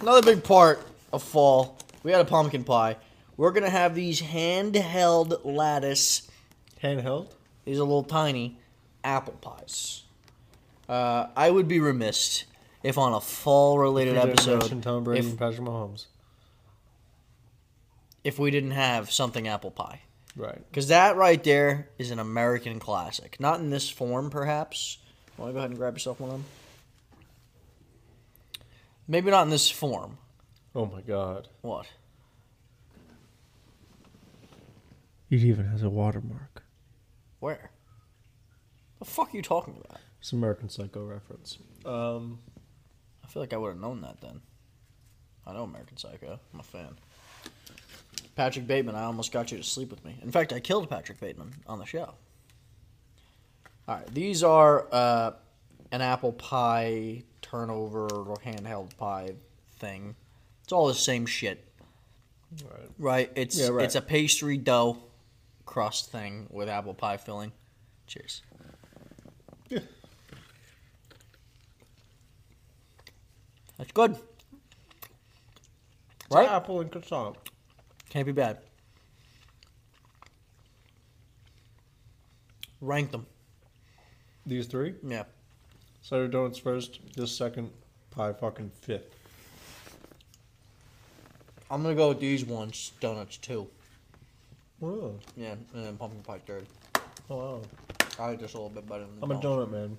S2: Another big part of fall. We had a pumpkin pie. We're gonna have these handheld lattice.
S1: Handheld.
S2: These are little tiny apple pies. Uh, I would be remiss if on a fall-related
S1: You didn't
S2: episode,
S1: mention Tom Brady
S2: if,
S1: and Patrick Mahomes.
S2: if we didn't have something apple pie.
S1: Right.
S2: Because that right there is an American classic. Not in this form, perhaps. Want to go ahead and grab yourself one of them? Maybe not in this form.
S1: Oh my God.
S2: What?
S1: It even has a watermark.
S2: Where? The fuck are you talking about?
S1: It's an American Psycho reference. Um,
S2: I feel like I would have known that then. I know American Psycho. I'm a fan. Patrick Bateman, I almost got you to sleep with me. In fact, I killed Patrick Bateman on the show. All right, these are uh, an apple pie turnover or handheld pie thing. It's all the same shit,
S1: all right.
S2: right? It's
S1: Yeah, right.
S2: it's a pastry dough crust thing with apple pie filling. Cheers. That's good. Right?
S1: Apple and croissant.
S2: Can't be bad. Rank them.
S1: These three.
S2: Yeah.
S1: Cider donuts first. This second. Pie fucking fifth.
S2: I'm gonna go with these ones, donuts too.
S1: Oh,
S2: Yeah, and then pumpkin pie third.
S1: wow.
S2: I like this a little bit better than the
S1: I'm a donut
S2: donuts.
S1: man.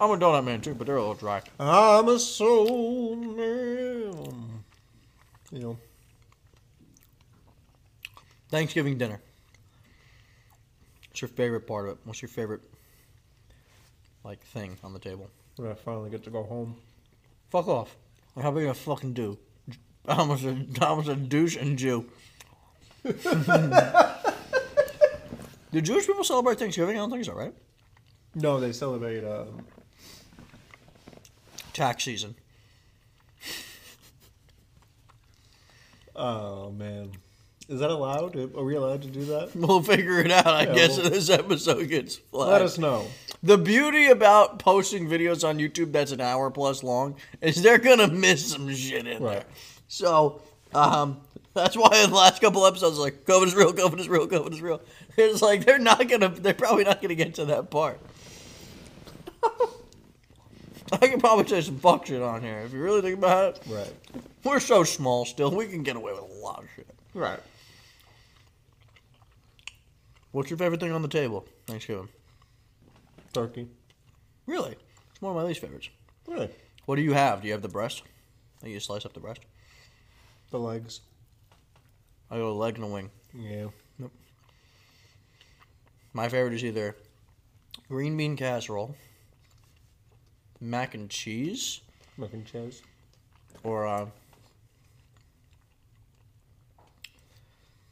S2: I'm a donut man too, but they're a little dry.
S1: I'm a soul man. You know,
S2: Thanksgiving dinner. What's your favorite part of it? What's your favorite like thing on the table?
S1: when I finally get to go home.
S2: Fuck off. Like, how are we gonna fucking do? I was a, I was a douche and Jew. do Jewish people celebrate Thanksgiving? I don't think so, right?
S1: No, they celebrate um,
S2: Tax season.
S1: Oh man, is that allowed? Are we allowed to do that?
S2: We'll figure it out, I
S1: Yeah,
S2: guess,
S1: we'll-
S2: if this episode gets flagged.
S1: Let us know.
S2: The beauty about posting videos on YouTube that's an hour plus long is they're gonna miss some shit in there.
S1: Right.
S2: So um, that's why in the last couple episodes, like COVID is real, COVID is real, COVID is real. It's like they're not gonna, they're probably not gonna get to that part. I can probably say some fuck shit on here if you really think about it.
S1: Right.
S2: We're so small still, we can get away with a lot of shit.
S1: Right.
S2: What's your favorite thing on the table? Thanksgiving.
S1: Turkey.
S2: Really, it's one of my least favorites.
S1: Really?
S2: What do you have? Do you have the breast? I think you slice up the breast.
S1: The legs.
S2: I go leg and a wing.
S1: Yeah.
S2: My favorite is either green bean casserole, mac and cheese,
S1: Mac and cheese.
S2: or uh,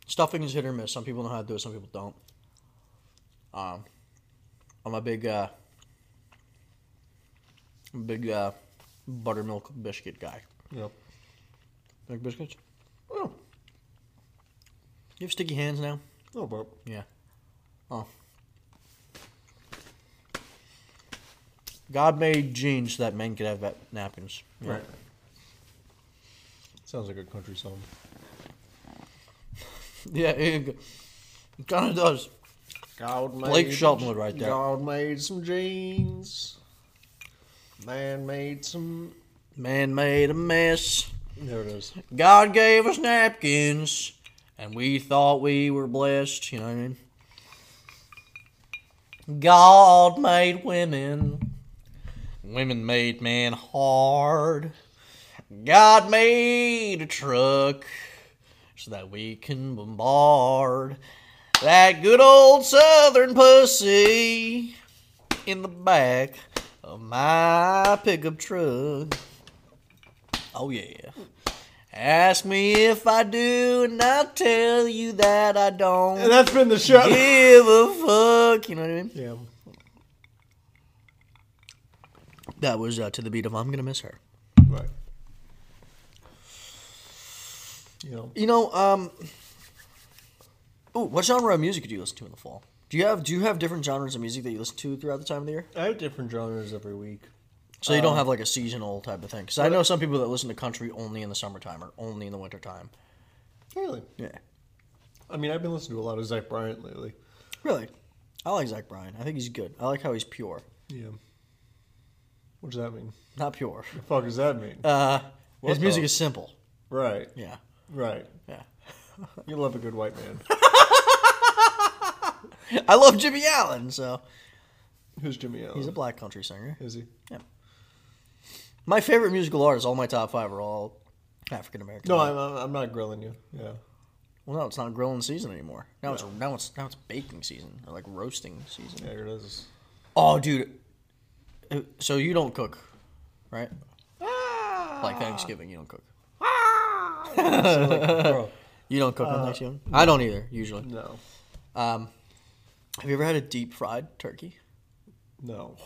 S2: stuffing is hit or miss. Some people know how to do it, some people don't. Um, I'm a big, uh, big uh, buttermilk biscuit guy.
S1: Yep.
S2: Like biscuits?
S1: Oh,
S2: You have sticky hands now?
S1: no, but
S2: Yeah. Oh. God made jeans so that men could have va- napkins. Yeah.
S1: right. Sounds like a country song.
S2: Yeah, it, kind of does.
S1: God
S2: Blake Sheltonwood right there.
S1: God made some jeans. Man made some.
S2: Man made a mess.
S1: There it is.
S2: God gave us napkins, and we thought we were blessed. You know what I mean? God made women. Women made man hard. God made a truck so that we can bombard that good old southern pussy in the back of my pickup truck. Oh, yeah. Ask me if I do, and I'll tell you that I
S1: And
S2: don't
S1: that's been the show.
S2: give a fuck. You know what I mean?
S1: Yeah.
S2: That was uh, to the beat of I'm Gonna Miss Her.
S1: Right. You know.
S2: You know, um, ooh, what genre of music do you listen to in the fall? Do you have do you have different genres of music that you listen to throughout the time of the year?
S1: I have different genres every week.
S2: So you don't have like a seasonal type of thing? Because Uh, I know some people that listen to country only in the summertime or only in the wintertime.
S1: Really?
S2: Yeah,
S1: I mean, I've been listening to a lot of Zach Bryant lately.
S2: really. I like Zach Bryan. I think he's good. I like how he's pure,
S1: Yeah. What does that mean?
S2: not pure.
S1: The fuck does that mean?
S2: Uh,
S1: What
S2: his music
S1: the-
S2: is simple.
S1: Right,
S2: Yeah,
S1: right.
S2: yeah.
S1: You love a good white man.
S2: I love Jimmy Allen, so
S1: Who's Jimmy Allen?
S2: he's a black country singer.
S1: Is he?
S2: My favorite musical artists, all my top five are all African American.
S1: No, I'm, I'm I'm not grilling you. Yeah.
S2: Well, no, it's not grilling season anymore. Now it's now it's now it's baking season or like roasting season.
S1: There it is.
S2: Oh, dude. Uh, So you don't cook, right? Like Thanksgiving, you don't cook.
S1: Bro,
S2: You don't cook on Thanksgiving. I don't either usually.
S1: no,
S2: Have you ever had a deep fried turkey?
S1: no.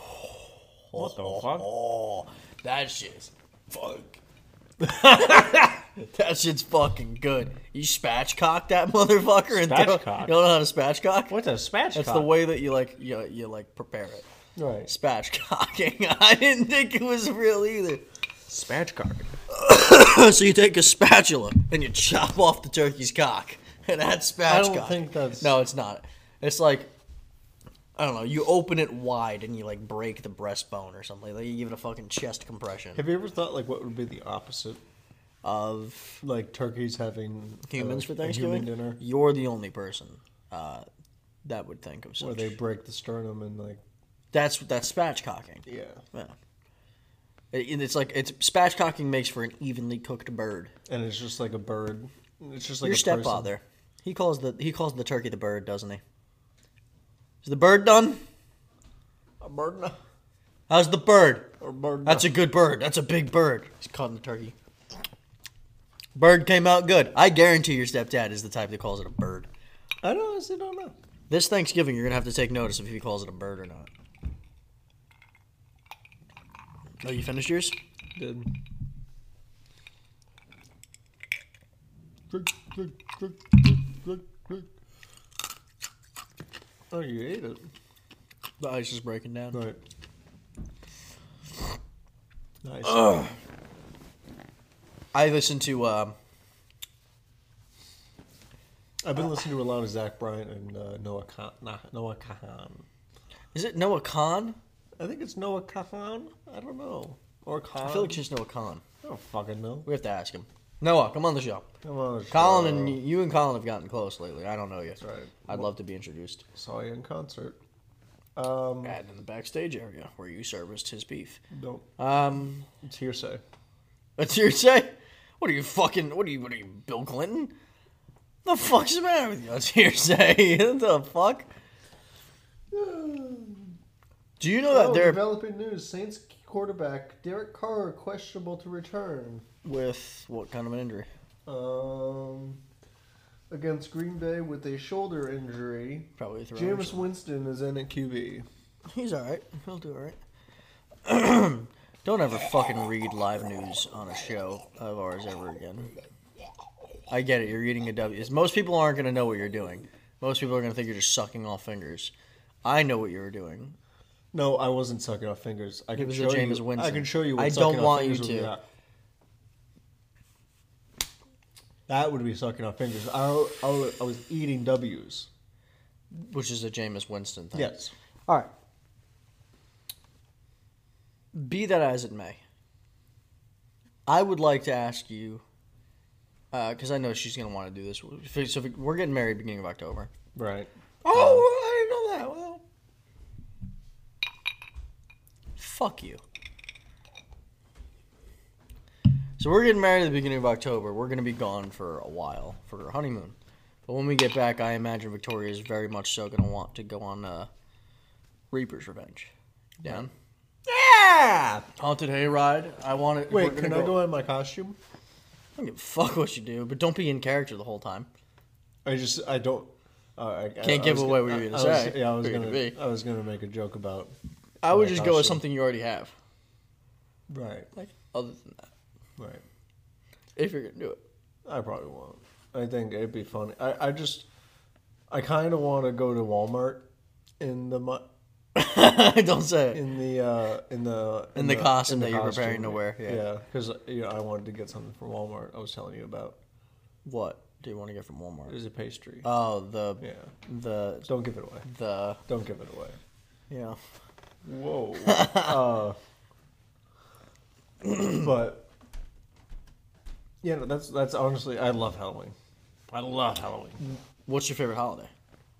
S1: What the fuck?
S2: Oh, that shit's fuck. that shit's fucking good. You spatchcock that motherfucker and throw,
S1: Spatchcock?
S2: you don't know how to spatchcock?
S1: What's a spatchcock?
S2: That's the way that you like you, you like prepare it.
S1: Right.
S2: Spatchcocking. I didn't think it was real either.
S1: Spatchcock.
S2: so you take a spatula and you chop off the turkey's cock, and that's spatchcock.
S1: I don't think that's-
S2: No, it's not. It's like I don't know. You open it wide and you like break the breastbone or something. Like you give it a fucking chest compression
S1: Have you ever thought like what would be the opposite?
S2: of
S1: Like turkeys having uh,
S2: humans for
S1: a human
S2: Thanksgiving.
S1: dinner,
S2: You're the only person uh, that would think of
S1: where
S2: such.
S1: they break the sternum and like
S2: That's that's spatchcocking.
S1: yeah.
S2: Yeah. It- and it's like it's spatchcocking makes for an evenly cooked bird.
S1: And it's just like a bird. It's just like
S2: Your
S1: a person.
S2: stepfather. He calls the he calls the turkey the bird, doesn't he? Is the bird done?
S1: A bird. no-
S2: How's the bird?
S1: A bird.
S2: That's a good bird. That's a big bird. He's calling the turkey. Bird came out good. I guarantee your stepdad is the type that calls it a bird.
S1: no. I don't honestly don't know.
S2: This Thanksgiving, you're gonna have to take notice if he calls it a bird or not. Oh, you finished yours?
S1: Did. Drink, drink, drink, drink, drink, drink. Oh, you ate it.
S2: The ice is breaking down.
S1: Right. Nice.
S2: I listened to um,
S1: I've been listening to a lot of Zach Bryant and uh, Noah Ka- nah, Noah Kahan.
S2: is it Noah Khan?
S1: I think it's Noah Kahan. I don't know. Or Khan.
S2: I
S1: I,
S2: feel like it's just Noah Khan.
S1: don't fucking know.
S2: We have to ask him. Noah, come on the show.
S1: Come on, it's,
S2: Colin
S1: uh,
S2: and y- you and Colin have gotten close lately. I don't know you. That's
S1: right.
S2: I'd love to be introduced.
S1: saw you in concert. Um,
S2: And in the backstage area where you serviced his beef.
S1: don't.
S2: Um,
S1: It's hearsay.
S2: that's your say? What are you fucking? What are you? What are you, Bill Clinton? The fuck's the matter with you? That's hearsay. what the fuck? Do you know that
S1: Oh,
S2: they're
S1: developing news. Saints quarterback Derek Carr questionable to return.
S2: with what kind of an injury?
S1: Um, against Green Bay with a shoulder injury.
S2: Probably a throwing.
S1: Jameis Winston is in at QB.
S2: He's all right. He'll do all right. Don't ever fucking read live news on a show of ours ever again. I get it. You're eating a W. It's- Most people aren't going to know what you're doing. Most people are going to think you're just sucking off fingers. I know what you were doing.
S1: No, I wasn't sucking off fingers. I can
S2: was a
S1: show
S2: Jameis
S1: you. I
S2: Winston.
S1: can show you. What
S2: I
S1: sucking
S2: don't
S1: off
S2: want
S1: fingers would
S2: you
S1: be
S2: to.
S1: like. That would be sucking off fingers. I, I, I was eating W's.
S2: Which is a Jameis Winston thing.
S1: Yes.
S2: All right. Be that as it may, I would like to ask you, because I know she's going to want to do this. If- So if we're getting married beginning of October.
S1: Right. Um,
S2: Oh, I didn't know that. Well, fuck you. So we're getting married at the beginning of October. We're going to be gone for a while for our honeymoon. But when we get back, I imagine Victoria is very much so going to want to go on uh, Reaper's Revenge. Down.
S1: Yeah.
S2: Haunted Hayride. I want to.
S1: Wait, can I go in my costume?
S2: I don't give a fuck what you do, but don't be in character the whole time.
S1: I just I don't. Uh, I, Can't
S2: give away what you're gonna
S1: I was-
S2: say,
S1: yeah, I was
S2: what you're
S1: gonna.
S2: gonna be.
S1: I was gonna make a joke about.
S2: I would
S1: my
S2: just go with
S1: costume.
S2: something you already have.
S1: Right.
S2: Like, other than that,
S1: Right.
S2: if you're going to do it.
S1: I probably won't. I think it'd be funny. I, I just, I kind of want to go to Walmart in the mo-
S2: don't say it.
S1: in the uh, in the
S2: In the costume that you're preparing to wear, yeah.
S1: Yeah, because you know, I wanted to get something from Walmart. I was telling you about.
S2: What do you want to get from
S1: It
S2: Walmart?
S1: was a pastry.
S2: Oh, the
S1: yeah.
S2: the
S1: Don't give it away.
S2: the
S1: Don't give it away.
S2: you know
S1: Whoa. uh, but yeah, no, that's that's honestly, I love Halloween. I love Halloween.
S2: what's your favorite holiday?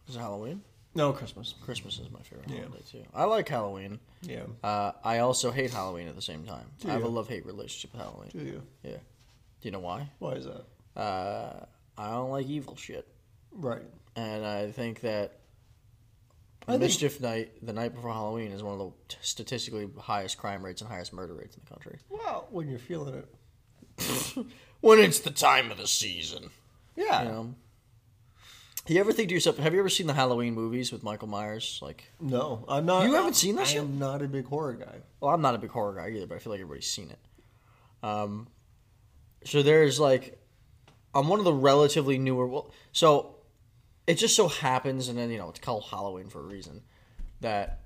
S2: Is it Halloween?
S1: No Christmas.
S2: Christmas is my favorite
S1: Yeah.
S2: holiday too. I like Halloween.
S1: Yeah.
S2: Uh, I also hate Halloween at the same time. I have a
S1: you?
S2: love hate relationship with Halloween.
S1: Do you?
S2: Yeah. Do you know why?
S1: Why is that?
S2: Uh, I don't like evil shit,
S1: Right.
S2: and I think that
S1: I think-
S2: mischief night, the night before Halloween, is one of the statistically highest crime rates and highest murder rates in the country.
S1: Well, when you're feeling it.
S2: When it's the time of the season,
S1: Yeah.
S2: you know. You ever think to yourself, have you ever seen the Halloween movies with Michael Myers? Like,
S1: No, I'm not.
S2: You haven't seen that
S1: I
S2: shit?
S1: am not a big horror guy.
S2: well, I'm not a big horror guy either, but I feel like everybody's seen it. Um, so there's like, I'm one of the relatively newer. Well, so it just so happens, and then you know it's called Halloween for a reason, that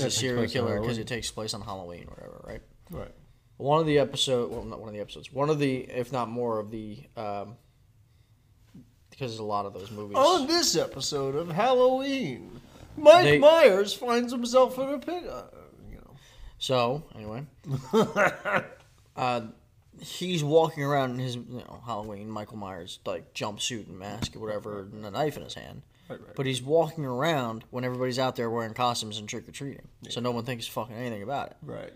S1: Yeah, it
S2: a
S1: takes
S2: serial
S1: place on
S2: killer because
S1: Halloween.
S2: it takes place on Halloween, or whatever, right?
S1: Right.
S2: One of the episode, well, not one of the episodes, one of the, if not more of the, um, because there's a lot of those movies.
S1: On this episode of Halloween, Mike
S2: They-
S1: Myers finds himself in a pit. Uh, you know.
S2: So anyway, uh, he's walking around in his you know, Halloween Michael Myers like jumpsuit and mask or whatever, and a knife in his hand.
S1: Right, right.
S2: But he's walking around when everybody's out there wearing costumes and trick or treating, so no one thinks fucking anything about it.
S1: Right.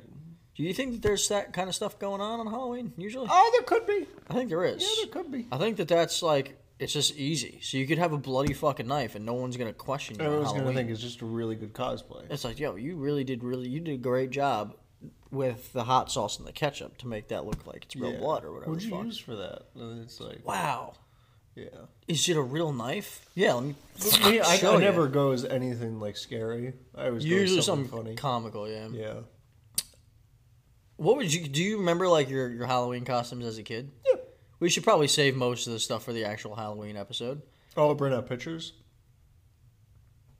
S2: Do you think that there's that kind of stuff going on on Halloween usually?
S1: Oh, there could be.
S2: I think there is.
S1: Yeah, there could be.
S2: I think that that's like it's just easy. So you could have a bloody fucking knife and no one's gonna question you. on
S1: Everyone's gonna
S2: Halloween.
S1: think it's just a really good cosplay.
S2: It's like, yo, you really did really you did a great job with the hot sauce and the ketchup to make that look like it's real
S1: Yeah.
S2: blood or whatever.
S1: What'd
S2: the
S1: you
S2: fuck.
S1: use for that? And it's like,
S2: Wow,
S1: yeah.
S2: is it a real knife? Yeah, let me.
S1: Me, I, I
S2: show ya.
S1: never go as anything like scary. I always go as
S2: Usually
S1: something
S2: something
S1: funny.
S2: comical, yeah.
S1: yeah.
S2: What would you do? You remember like your your Halloween costumes as a kid? Yeah. We should probably save most of the stuff for the actual Halloween episode.
S1: Oh, print out pictures.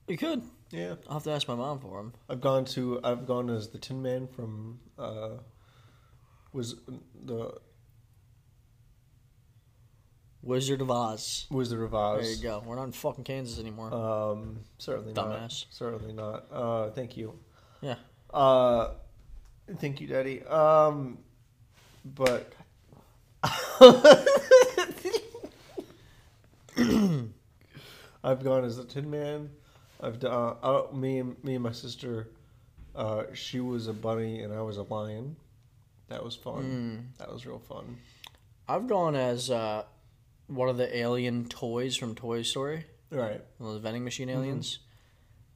S2: We could.
S1: Yeah.
S2: I'll have to ask my mom for them.
S1: I've gone to I've gone as the Tin Man from uh, was the
S2: Wizard of Oz.
S1: Wizard of Oz.
S2: There you go. We're not in fucking Kansas anymore.
S1: Um, certainly
S2: Dumbass.
S1: not. Certainly not. Uh, thank you.
S2: yeah.
S1: Uh, thank you, Daddy. Um, but I've gone as the Tin Man. I've done uh, uh, me and me and my sister. Uh, she was a bunny and I was a lion. That was
S2: Hmm.
S1: fun. That was real fun.
S2: I've gone as uh, one of the alien toys from Toy Story.
S1: Right.
S2: one of those vending machine
S1: Mm-hmm.
S2: aliens.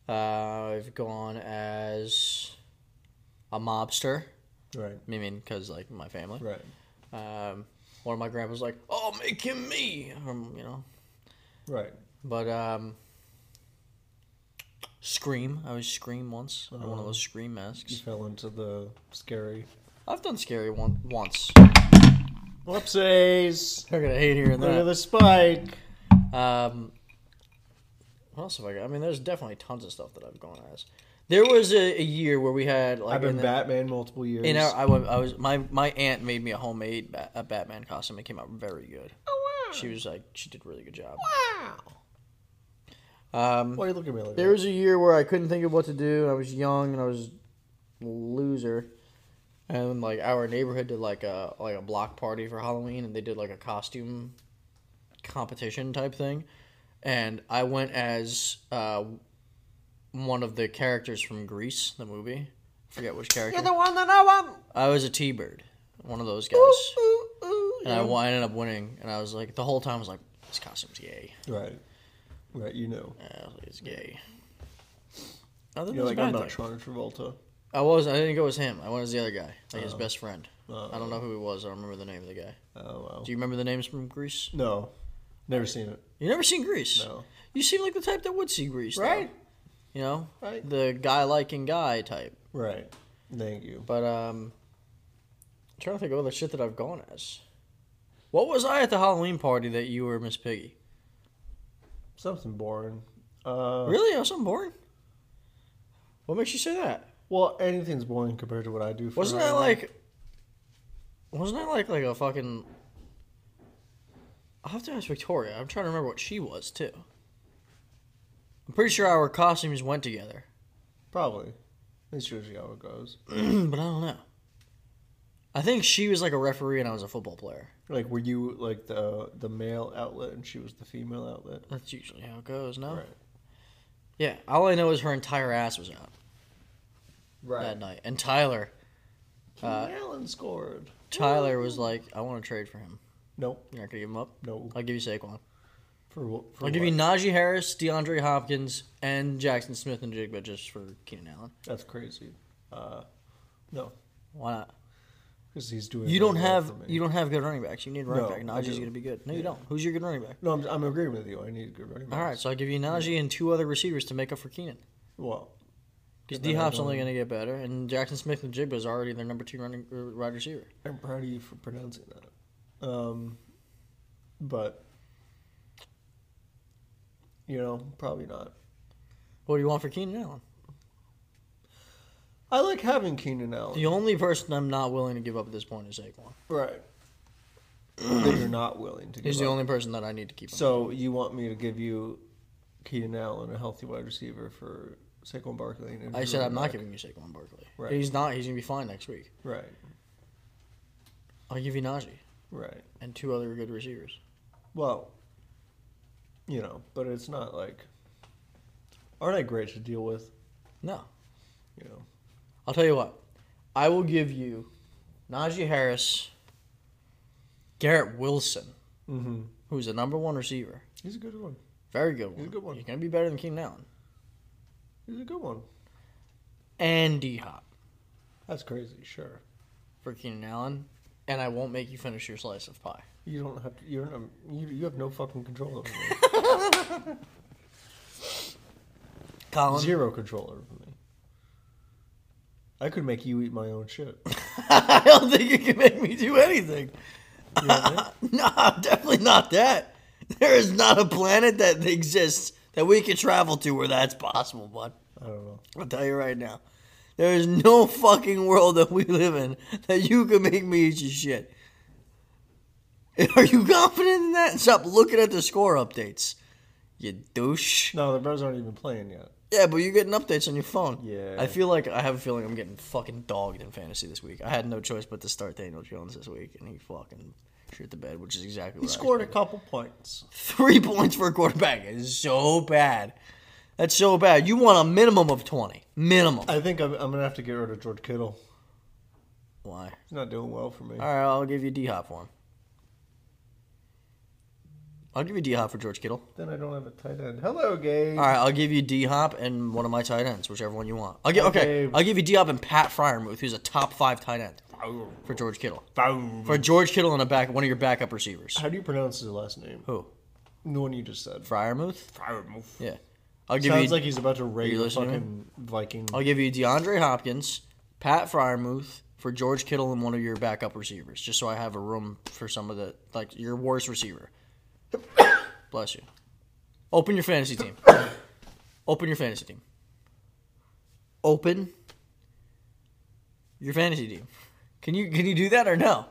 S2: Uh, I've gone as a mobster.
S1: Right.
S2: I mean, because like my family.
S1: Right.
S2: Um, one of my grandpas like, "Oh, make him me," um, you know.
S1: Right.
S2: But um, scream. I was scream once. I had one of those scream
S1: You
S2: masks.
S1: fell into the scary.
S2: I've done scary one once.
S1: Whoopsies!
S2: They're gonna hate hearing
S1: Look at
S2: that.
S1: the spike.
S2: Um, what else have I got? I mean, there's definitely tons of stuff that I've gone as. There was a, a year where we had like
S1: I've been
S2: in the-
S1: Batman multiple years.
S2: In our, I, wa- I was my my aunt made me a homemade ba- a Batman costume. It came out very good. Oh wow! She was like she did a really good job. Wow. Um,
S1: Why are you looking at me like
S2: there was a year where I couldn't think of what to do. I was young and I was a loser. And like our neighborhood did like a like a block party for Halloween, and they did like a costume competition type thing. And I went as uh, one of the characters from Grease, the movie. forget which character.
S1: one that I want.
S2: I was a T Bird, one of those guys.
S1: Ooh, ooh,
S2: And I wa- I ended up winning. And I was like, the whole time I was like, this costume's gay.
S1: Right. Right, you know.
S2: And I was like, it's gay. I, think
S1: You're
S2: that's a
S1: like, I'm
S2: bad
S1: not Sean
S2: thing.
S1: Travolta.
S2: I was, I didn't go as him. I went as the other guy, like his best friend. I don't know who he was. I don't remember the name of the guy.
S1: Uh, Oh, wow.
S2: Do you remember the names from Greece?
S1: No. Never seen it.
S2: You never seen Greece?
S1: No.
S2: You seem like the type that would see Greece, though.
S1: Right.
S2: You know,
S1: Right.
S2: the guy liking guy type.
S1: Right. Thank you.
S2: But um, I'm trying to think of other shit that I've gone as. What was I at the Halloween party that you were Miss Piggy?
S1: Something boring. Uh,
S2: Really? I was something boring? What makes you say that?
S1: Well, anything's boring compared to what I do. For
S2: Wasn't
S1: that
S2: that like wasn't that like like a fucking I'll have to ask Victoria. I'm trying to remember what she was too. I'm pretty sure our costumes went together.
S1: Probably. That's usually how it goes.
S2: but I don't know. I think she was like a referee and I was a football player.
S1: Like, were you like the the male outlet and she was the female outlet?
S2: That's usually how it goes, no?
S1: Right.
S2: Yeah, all I know is her entire ass was out that night. And Tyler, Uh,
S1: Keenan Allen scored.
S2: Tyler was like, I want to trade for him.
S1: Nope.
S2: You're not gonna give him up.
S1: No.
S2: I'll give you Saquon.
S1: For, wh- for
S2: I'll give
S1: what?
S2: you Najee Harris, DeAndre Hopkins, and Jackson Smith and Jigba just for Keenan Allen.
S1: That's crazy. Uh, no,
S2: Why not?
S1: because he's doing.
S2: You don't
S1: really well
S2: have
S1: for me.
S2: you don't have good running backs. You need a running
S1: No,
S2: back.
S1: I
S2: Najee's
S1: do.
S2: gonna be good. No, you
S1: Yeah.
S2: don't. Who's your good running back?
S1: No, I'm, I'm agreeing with you. I need good running backs.
S2: All right, so I'll give you Najee and two other receivers to make up for Keenan.
S1: Well,
S2: Because
S1: And then
S2: D Hop's
S1: I
S2: only
S1: don't-
S2: going to get better, and Jackson Smith and Jigba is already their number two running er, wide receiver.
S1: I'm proud of you for pronouncing that. Um, but you know, probably not.
S2: What do you want for Keenan Allen?
S1: I like having Keenan Allen.
S2: The only person I'm not willing to give up at this point is Saquon.
S1: Right. that you're not willing to. Give
S2: He's the
S1: up.
S2: only person that I need to keep. on.
S1: So you want me to give you Keenan Allen, a healthy wide receiver, for Saquon Barkley? and
S2: I said I'm not
S1: Back.
S2: giving you Saquon Barkley.
S1: Right.
S2: He's not. He's going to be fine next week.
S1: Right.
S2: I'll give you Najee
S1: Right.
S2: and two other good receivers.
S1: Well, you know, but it's not like aren't I great to deal with?
S2: No,
S1: You know,
S2: I'll tell you what. I will give you Najee Harris, Garrett Wilson,
S1: mm-hmm.
S2: who's the number one receiver.
S1: he's a good one.
S2: Very good one.
S1: He's a good one.
S2: He's going to be better than Keenan Allen.
S1: He's a good one.
S2: And D Hop.
S1: That's crazy. Sure,
S2: for Keenan Allen, and I won't make you finish your slice of pie.
S1: you don't have to. You're not, you you have no fucking control over me.
S2: Colin,
S1: Zero control over me. I could make you eat my own shit.
S2: I don't think you can make me do anything.
S1: You know what I mean?
S2: no, definitely not that. There is not a planet that exists that we could travel to where that's possible, bud.
S1: I don't know.
S2: I'll tell you right now. There is no fucking world that we live in that you can make me eat your shit. Are you confident in that? Stop looking at the score updates, you douche.
S1: No, the Browns aren't even playing yet.
S2: Yeah, but you're getting updates on your phone.
S1: Yeah.
S2: I feel like I have a feeling I'm getting fucking dogged in fantasy this week. I had no choice but to start Daniel Jones this week, and he fucking shit the bed, which is exactly
S1: He
S2: what I
S1: scored a
S2: expected.
S1: couple points.
S2: three points for a quarterback. is so bad. That's so bad. You want a minimum of twenty, minimum.
S1: I think I'm, I'm gonna have to get rid of George Kittle.
S2: Why?
S1: He's not doing well for me.
S2: All right, I'll give you D Hop for him. I'll give you D Hop for George Kittle.
S1: Then I don't have a tight end. Hello, Gabe.
S2: All right, I'll give you D Hop and one of my tight ends, whichever one you want. I'll get okay.
S1: Okay.
S2: I'll give you D Hop and Pat Fryermuth, who's a top five tight end
S1: Oh,
S2: for George Kittle. For George Kittle and a back, one of your backup receivers.
S1: How do you pronounce his last name?
S2: Who?
S1: The one you just said.
S2: Fryermuth? Yeah. I'll give
S1: Sounds
S2: you.
S1: like he's about to raid
S2: you
S1: a
S2: listening to Oh,
S1: fucking Viking.
S2: I'll give you DeAndre Hopkins, Pat Fryermuth for George Kittle and one of your backup receivers, just so I have a room for some of the like your worst receiver. Bless you. Open your fantasy team. Open your fantasy team. Open your fantasy team. Can you can you do that or no?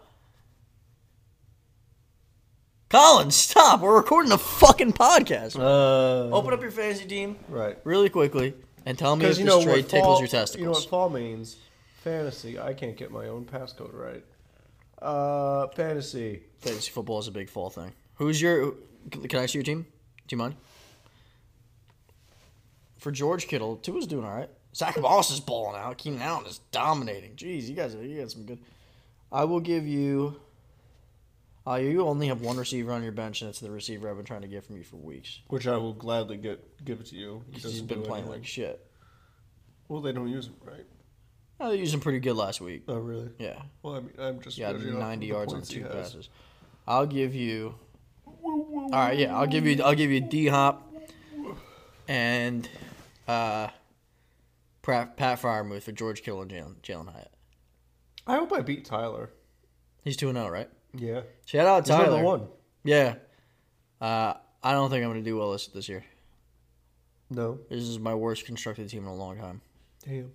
S2: Colin, stop. We're recording a fucking podcast.
S1: Uh,
S2: Open up your fantasy team
S1: right.
S2: really quickly and tell me
S1: Because
S2: if this
S1: you know
S2: trade
S1: what
S2: tickles
S1: fall,
S2: your testicles.
S1: You know what fall means? Fantasy. I can't get my own passcode right. Uh, fantasy.
S2: Fantasy football is a big fall thing. Who's your? Can can I see your team? Do you mind? For George Kittle, Tua's doing all right. Zach Moss is balling out. Keenan Allen is dominating. Jeez, you guys, you got some good. I will give you. Uh, you only have one receiver on your bench, and it's the receiver I've been trying to get from you for weeks.
S1: Which I will gladly get give it to you. He
S2: He's
S1: doesn't
S2: been
S1: do
S2: playing
S1: anything.
S2: like shit.
S1: Well, they don't use him, right?
S2: Oh, they used him pretty good last week.
S1: Oh, really?
S2: Yeah,
S1: Well, I mean, I'm just
S2: yeah,
S1: judging off
S2: ninety
S1: the
S2: yards on
S1: points he
S2: two
S1: has.
S2: passes. I'll give you. All right, yeah, I'll give you. I'll give you D Hop, and uh, Pat, Pat Fryermuth for George Kittle and Jalen, Jalen Hyatt.
S1: I hope I beat Tyler.
S2: He's two and zero, right?
S1: Yeah.
S2: Shout out
S1: He's number
S2: Tyler.
S1: one.
S2: Yeah. Uh, I don't think I'm gonna do well this this year.
S1: No.
S2: This is my worst constructed team in a long time.
S1: Damn.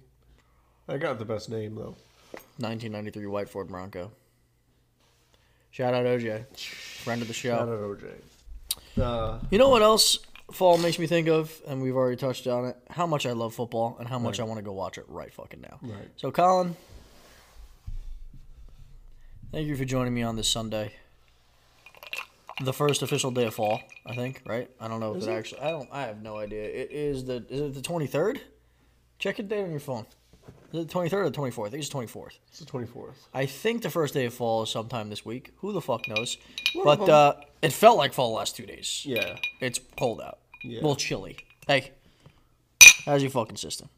S1: I got the best name though.
S2: 1993 White Ford Bronco. Shout out OJ, friend of the show.
S1: Shout out OJ. Uh,
S2: You know what else fall makes me think of, and we've already touched on it, how much I love football and how much I want to go watch it right fucking now.
S1: Right.
S2: So, Colin, thank you for joining me on this Sunday. The first official day of fall, I think, right? I don't know if
S1: Is
S2: it,
S1: it?
S2: actually I don't I have no idea. It is the is it the twenty third? Check a date on your phone. The 23rd or the 24th? I think it's 24th.
S1: It's the 24th.
S2: I think the first day of fall is sometime this week. Who the fuck knows?
S1: One of
S2: but uh, it felt like fall the last two days.
S1: Yeah.
S2: It's cold out.
S1: Yeah.
S2: A little chilly. Hey, how's your fucking system?